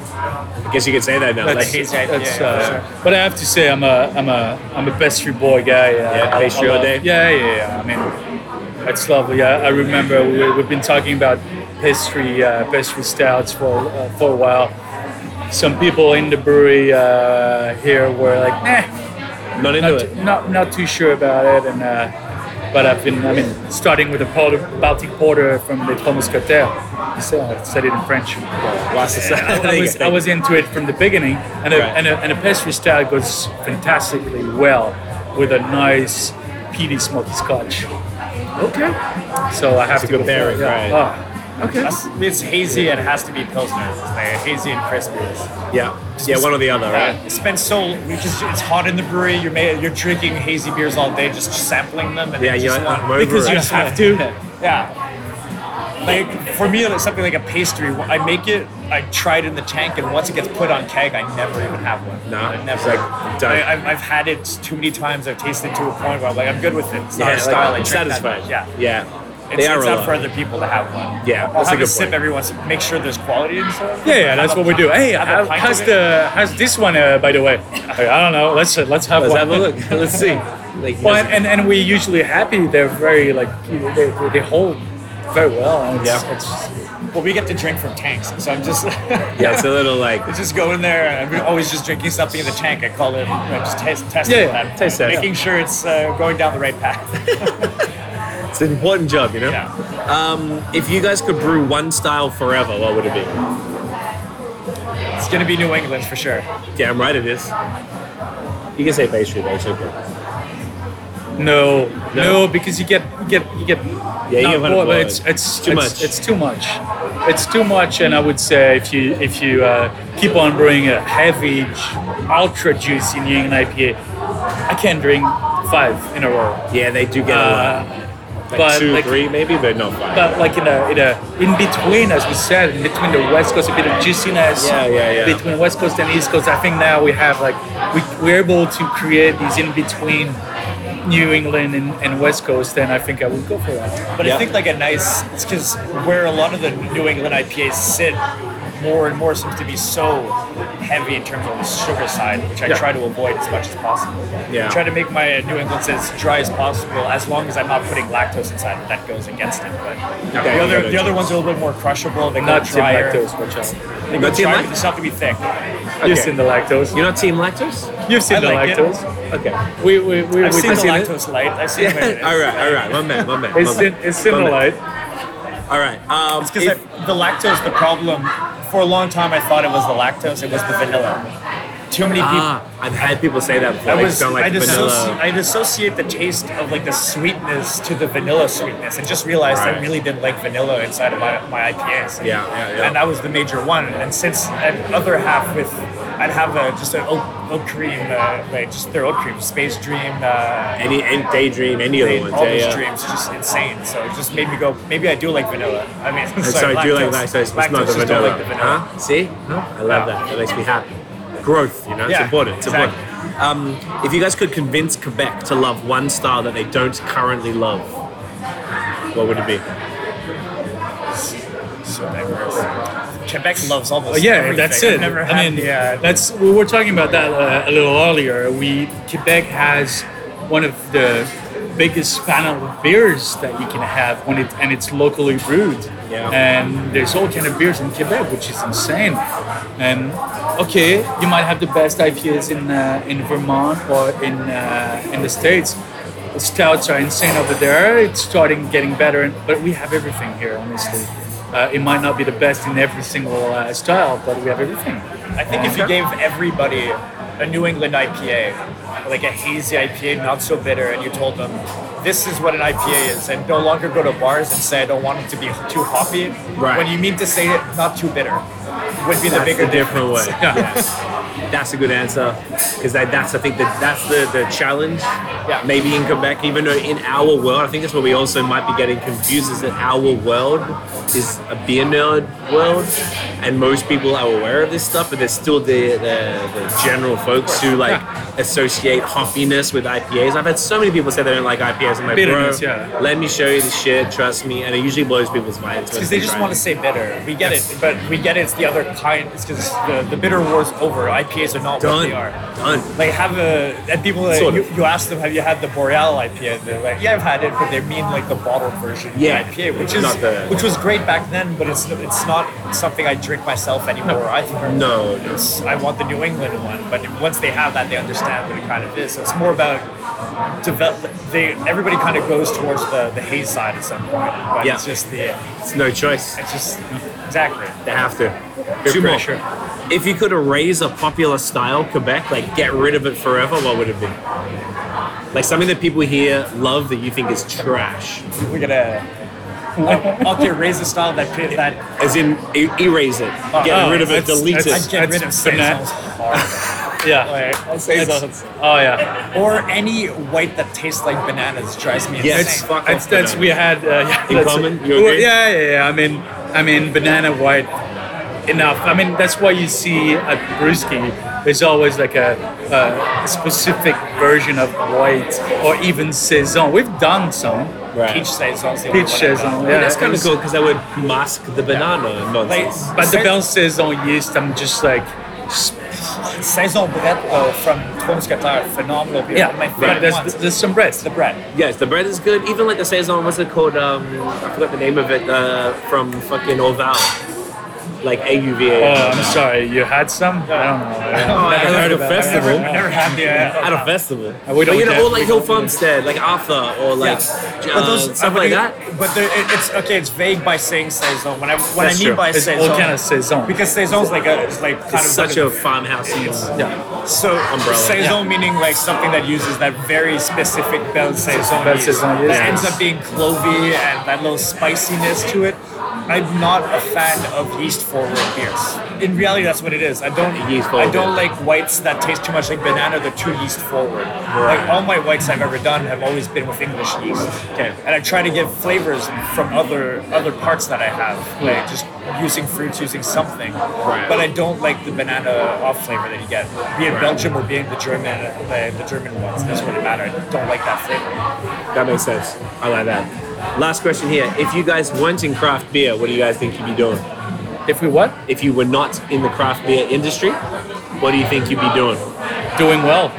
I guess you could say that now. That's, like, hazy IPA, that's, yeah, uh, sure. But I have to say, I'm a I'm a I'm a pastry boy guy. Uh, Yeah, I- pastry I all love- day. Yeah, yeah, yeah. I mean, that's lovely. I, I remember we, we've been talking about pastry uh, pastry stouts for uh, for a while. Some people in the brewery uh, here were like, nah, not into not, it. not not too sure about it, and uh, but I've been I mean starting with a porter, Baltic porter from the Thomas Carter. So I said it in French. Lots of stuff. There I you was, go. I was into it from the beginning, and a, Right. and, a, and a pastry style goes fantastically well with a nice peaty smoky scotch. okay. So I have to a go good for it, pairing, yeah. right. Ah, That's- It's hazy and it has to be pilsner. It's like hazy and crisp beers. Yeah. Yeah. One or the Uh, other, right? It's been so we just it's hot in the brewery. You're ma- you're drinking hazy beers all day, just sampling them. And Yeah, you you're just like, "Oh, want- I'm over because it. you have to. yeah. Like for me, it's something like a pastry. When I make it, I try it in the tank, and once it gets put on keg, I never even have one. Nah, I it's never. like, done. I, I've, I've had it too many times. I've tasted it to a point where I'm like, I'm good with it. It's not a like, style. I drink that satisfied. much. Yeah. Yeah. It's, they are it's a not lot. for other people to have one. Yeah, I'll that's a have good sip point. every once. Make sure there's quality and stuff. Yeah, yeah, that's Have a what we pint- do. Hey, have a how- pint how's of it. the how's this one? Uh, by the way, Like, I don't know. Let's let's have Let's one. have a look. Let's see. Like, Well, and, and, and we're usually happy. They're very like you know, they, they, they hold very well. And it's, Yeah. it's, Well, we get to drink from tanks, so I'm just Yeah, it's a little like I just go in there. and I'm always just drinking something in the tank. I call it I'm just test, testing Yeah, yeah, that, taste test. making sure it's uh, going down the right path. it's an important job, you know. Yeah. If you guys could brew one style forever, what would it be? It's gonna be New England for sure. Damn right it is. You can say pastry, though. It's okay. No, No. no, because you get you get you get you not get bored, bored. but it's it's It's too it's- much. It's too much. It's too much, and I would say if you if you uh, keep on brewing a heavy, ultra juicy New England IPA, I can drink five in a row. Yeah, they do get a lot. Uh, Like but two, like- three, maybe, but not five. but like in a, in a in between, as we said, in between the West Coast, a bit of juiciness. Yeah, yeah, yeah. Between West Coast and East Coast, I think now we have like we we're able to create these in between New England and, and West Coast. Then I think I would go for that. But Yeah. I think like a nice, it's because where a lot of the New England IPAs sit more and more seems to be so heavy in terms of the sugar side, which I Yeah. try to avoid as much as possible. Yeah. I try to make my New Englands as dry as possible, as long as I'm not putting lactose inside. That goes against it. But Okay, the you other gotta- the other ones are a little bit more crushable. They go Not team drier. lactose, which I- They go Not team drier. lact- They just have to be thick. You've Okay. seen the lactose. You're not team lactose? You've seen I the like it. lactose. Okay. We we we. I've we seen the seen it. lactose light. I've seen where it is. all right, all right, my man, my man. it's my in, man. it's in the My man. light. All right. Um, Because if- the lactose, the problem for a long time, I thought it was the lactose. It was the vanilla. Too many people. ah, I've had people say that before. I they was don't like I'd, associ- vanilla. I'd associate the taste of like the sweetness to the vanilla sweetness, and just realized I Right. really didn't like vanilla inside of my, my IPAs. Yeah, yeah, yeah. And that was the major one. And since and other half with, I'd have a, just an oat, oat cream, uh, like just their oat cream, Space Dream, uh, Any, any daydream, any other they- ones. all yeah, these yeah. dreams, just insane. So it just made me go, maybe I do like vanilla. I mean, And sorry, so I do like lactose. that. So it's it's Lactose, not the just vanilla. Don't like the vanilla. Huh? See? Huh? I love Yeah. that. That makes me happy. Growth, you know, it's Yeah, important. It's exactly. important. Um, if you guys could convince Quebec to love one style that they don't currently love, what would it be? So diverse. Quebec loves almost. yeah, everything. that's I've it. Never had I mean, the, uh, that's we were talking about that uh, a little earlier. We Quebec has one of the biggest panel of beers that you can have when it and it's locally brewed. Yeah. And there's all kind of beers in Quebec, which is insane. And okay, you might have the best IPAs in uh, in Vermont or in uh, in the states. The stouts are insane over there. It's starting getting better, and, but we have everything here, honestly. Uh, it might not be the best in every single uh, style, but we have everything. I think if you gave everybody a New England IPA, like a hazy IPA, not so bitter, and you told them, this is what an IPA is, and no longer go to bars and say, I don't want it to be too hoppy. Right. When you mean to say it, not too bitter, would be the That's bigger the different difference. way. Yeah. That's a good answer because that, that's I think that that's the, the challenge. Yeah. Maybe in Quebec, even though in our world, I think that's where we also might be getting confused is that our world is a beer nerd world, and most people are aware of this stuff, but there's still the the, the general folks who like associate hoppiness with IPAs. I've had so many people say they don't like IPAs. I'm like, bro, Bitterness, yeah. let me show you the shit. Trust me, and it usually blows people's minds Because they just want to say bitter. We get it, but we get it's the other kind. It's because the, the bitter war's over. IPAs are not what done, they are. done. Like have a and people like, Sort you, of. you ask them have you had the Boreal IPA and they're like yeah I've had it but they mean like the bottled version of Yeah. the IPA which is Not the- which was great back then but it's it's not something I drink myself anymore either. No, no. It's, I want the New England one but once they have that they understand what it kind of is so it's more about develop they everybody kind of goes towards the the haze side at some point but Yeah. it's just the It's no choice. it's just exactly They have to. Two more. pressure. If you could erase a popular style, Quebec, like get rid of it forever, what would it be? Like something that people here love that you think is trash, we're gonna. I'll get razor style that that as in e- erase it, get oh, rid of it, that's- delete that's- it. I'd get rid of That's banana- saisons hard. Yeah. Like, It's- oh yeah. or any white that tastes like bananas drives me insane. Yeah, it's fuck That's, off that's we banana. had uh, yeah, In that's- common, you well, agree? Yeah, yeah, yeah. I mean, I mean, banana white enough. I mean, that's why you see at Brewski, there's always like a, a specific version of white or even saison. We've done some Right. Peach saisons. the only peach uh, one I've saison. done. Yeah, that's kind it of was- cool because I would mask the banana nonsense. Like, But the Sa- Bell saison yeast, I'm just like. s- saison bread though uh, from Tom's Qatar, phenomenal beer. Yeah, one of my but favorite there's, ones. there's some bread. It's the bread. Yes, the bread is good. Even like the saison, what's it called? Um, I forgot the name of it. Uh, from fucking Orval, like A U V Oh, A. I'm sorry. You had some? I don't know. Oh, at heard a about that. festival. I never had the. Uh, At a festival. And we but don't you know, get- or like Hill Farmstead, like Arthur, or like Yeah. uh, stuff like that. But there, it, it's okay. It's vague by saying saison. When I what That's I mean true. by It's saison, all kind of saison. because saison's like a it's like kind It's of such a farmhouse. yeah. So Umbrella. saison meaning like something that uses that very specific bell saison. Bel yeast saison yeast. That ends up being clovey and that little spiciness to it. I'm not a fan of yeast forward beers. In reality, that's what it is. I don't Yeast I forward. don't like whites that taste too much like banana. They're too yeast forward. Like all my whites I've ever done have always been with English yeast. Okay. And I try to get flavors from other other parts that I have, like just using fruits, using something. Right. But I don't like the banana off flavor that you get, be it Belgium or being the German, the, the German ones. That's what it matter. I don't like that flavor. That makes sense. I like that. Last question here: If you guys weren't in craft beer, what do you guys think you'd be doing? If we what? If you were not in the craft beer industry, what do you think you'd be doing? Doing well.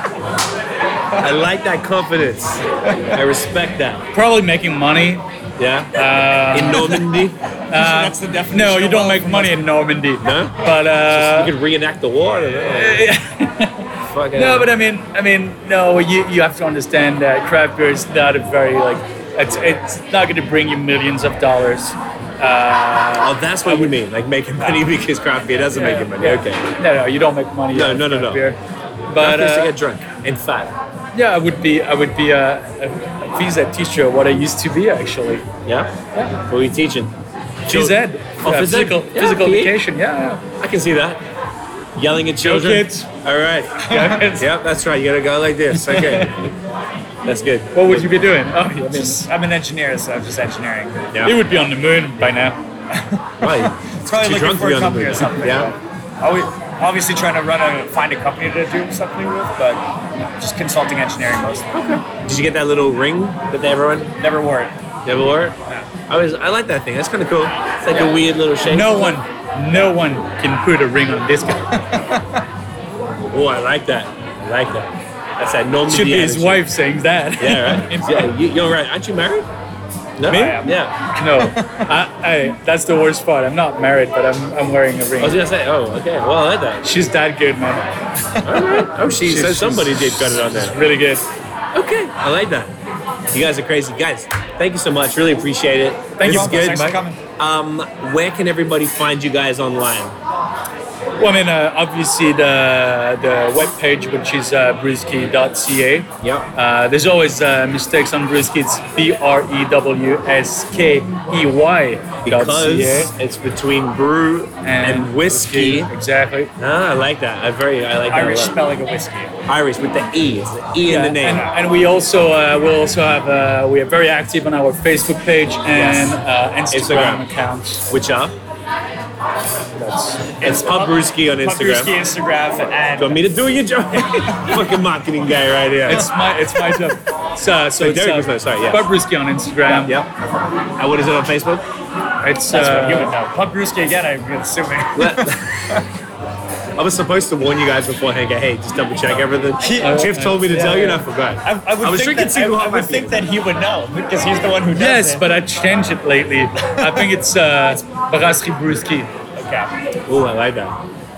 I like that confidence. I respect that. Probably making money. Yeah. Uh, in Normandy, that's the definition. No, you don't make money in Normandy. No? But uh, you could reenact the war. I don't know. Fucking No, hell. but I mean, I mean, no. You, you have to understand that craft beer is not a very like. It's it's not going to bring you millions of dollars. Uh, Oh, that's what you mean. Like making money because craft beer doesn't make you money. yeah. Okay. No, no, you don't make money. No, out of no, no, craft no. Beer. But Nothing to uh, get drunk and fat. yeah, I would be I would be a, a phys ed teacher, what I used to be actually. Yeah? What are you teaching? Phys ed, Oh, Yeah, phys ed. physical Yeah, physical PE. education. Yeah, I can see that. Yelling at children. kids. All right. yeah. It's- yep, that's right. You gotta go like this. Okay. that's good. What would you be doing? Oh, yeah, I mean, Just, I'm an engineer, so I'm just engineering. Yeah. He would be on the moon by now. Right. Probably looking drunk to for be a on the company moon. or something. Yeah. Always, obviously trying to run a find a company to do something with, but just consulting engineering mostly. Did you get that little ring that everyone Never wore it. never wore? I was I like that thing. That's kinda cool. It's like a weird little shape. No one, no one can put a ring on this guy. Oh, I like that. I like that. That's that normal. Should be his wife saying that. Yeah, right. yeah, you, you're right. Aren't you married? No. Me? I am. Yeah. No, I, I, that's the worst part. I'm not married, but I'm, I'm wearing a I was ring. gonna say. Oh, okay. Well, I like that. She's that good, man. Oh, she. So she's- somebody did got it on there. She's really good. Okay. I like that. You guys are crazy, guys. Thank you so much. Really appreciate it. Thank This you. is Thanks for good. coming. Um, where can everybody find you guys online? Well, I mean, uh, obviously the the webpage, which is uh, brewski.ca. Yep. Uh, there's always uh, mistakes on brewski. It's B R E W S K E Y. dot Because ca. it's between brew and, whiskey. Exactly. Ah, I like that. I very. I like that. a Irish lot. spelling of whiskey. Irish with the e. It's the e in Yeah, the name. And, and we also uh, we also have uh, we are very active on our Facebook page and uh, Instagram, Instagram. accounts. Which are? It's Pub Brewski on Instagram. Brewski Instagram Do you want and me to do your job? Fucking marketing guy right here. It's my it's my job. So so it's Derek was no- sorry, yeah. Bob Bruschi on Instagram. yep. And what is it on Facebook? It's that's what you uh, would know. Pub Brewski again. I'm assuming. I was supposed to warn you guys beforehand. Go, hey, just double check everything. Oh, Jeff told me to yeah, tell you, and I yeah. forgot. I, I would was think drinking that, I, single I hot would think that he would know because he's the one who does yes, it. but I changed it lately. I think it's uh, Brasserie Bruschi. okay. Oh, I like that.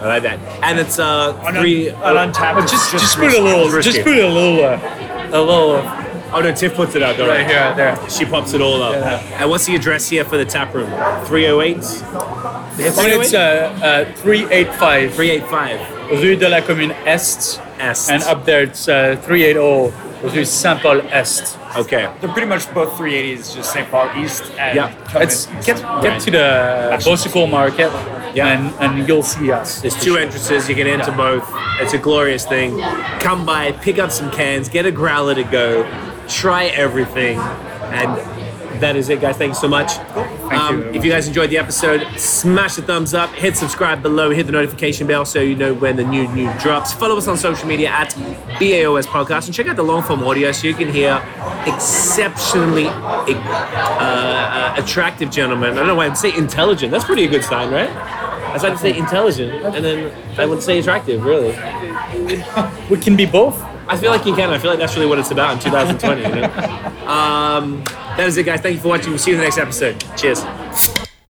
I like that. And it's uh On three. un, on untapped. But it's just just put Brewski. a little Bruschi. just put a little uh, a little uh, oh no, Tiff puts it out though. right Right here right there. She pops it all up. Yeah. And what's the address here for the tap room? 308? Oh, And it's uh, uh, three eight five 385 Rue de la Commune Est. Est. And up there it's uh, 380 Rue Saint Paul Est. Okay. They're pretty much both 380s, just St. Paul East and Yeah. Covenant It's East. get get to the Bosico Market, Yeah. and and you'll see us. There's two entrances. You can enter Yeah. both. It's a glorious thing. Come by, pick up some cans, get a growler to go, try everything, and that is it, guys. Thank you so much. um, you. If you guys enjoyed the episode, smash the thumbs up, hit subscribe below, hit the notification bell so you know when the new new drops. Follow us on social media at BAOS Podcast and check out the long form audio so you can hear exceptionally uh, uh, attractive gentlemen. I don't know why I'm saying intelligent. That's pretty a good sign, right? I was about to say intelligent, and then I would say attractive. Really, We can be both. I feel like you can. I feel like that's really what it's about in 2020. You know? um, that is it, guys. Thank you for watching. We'll see you in the next episode. Cheers.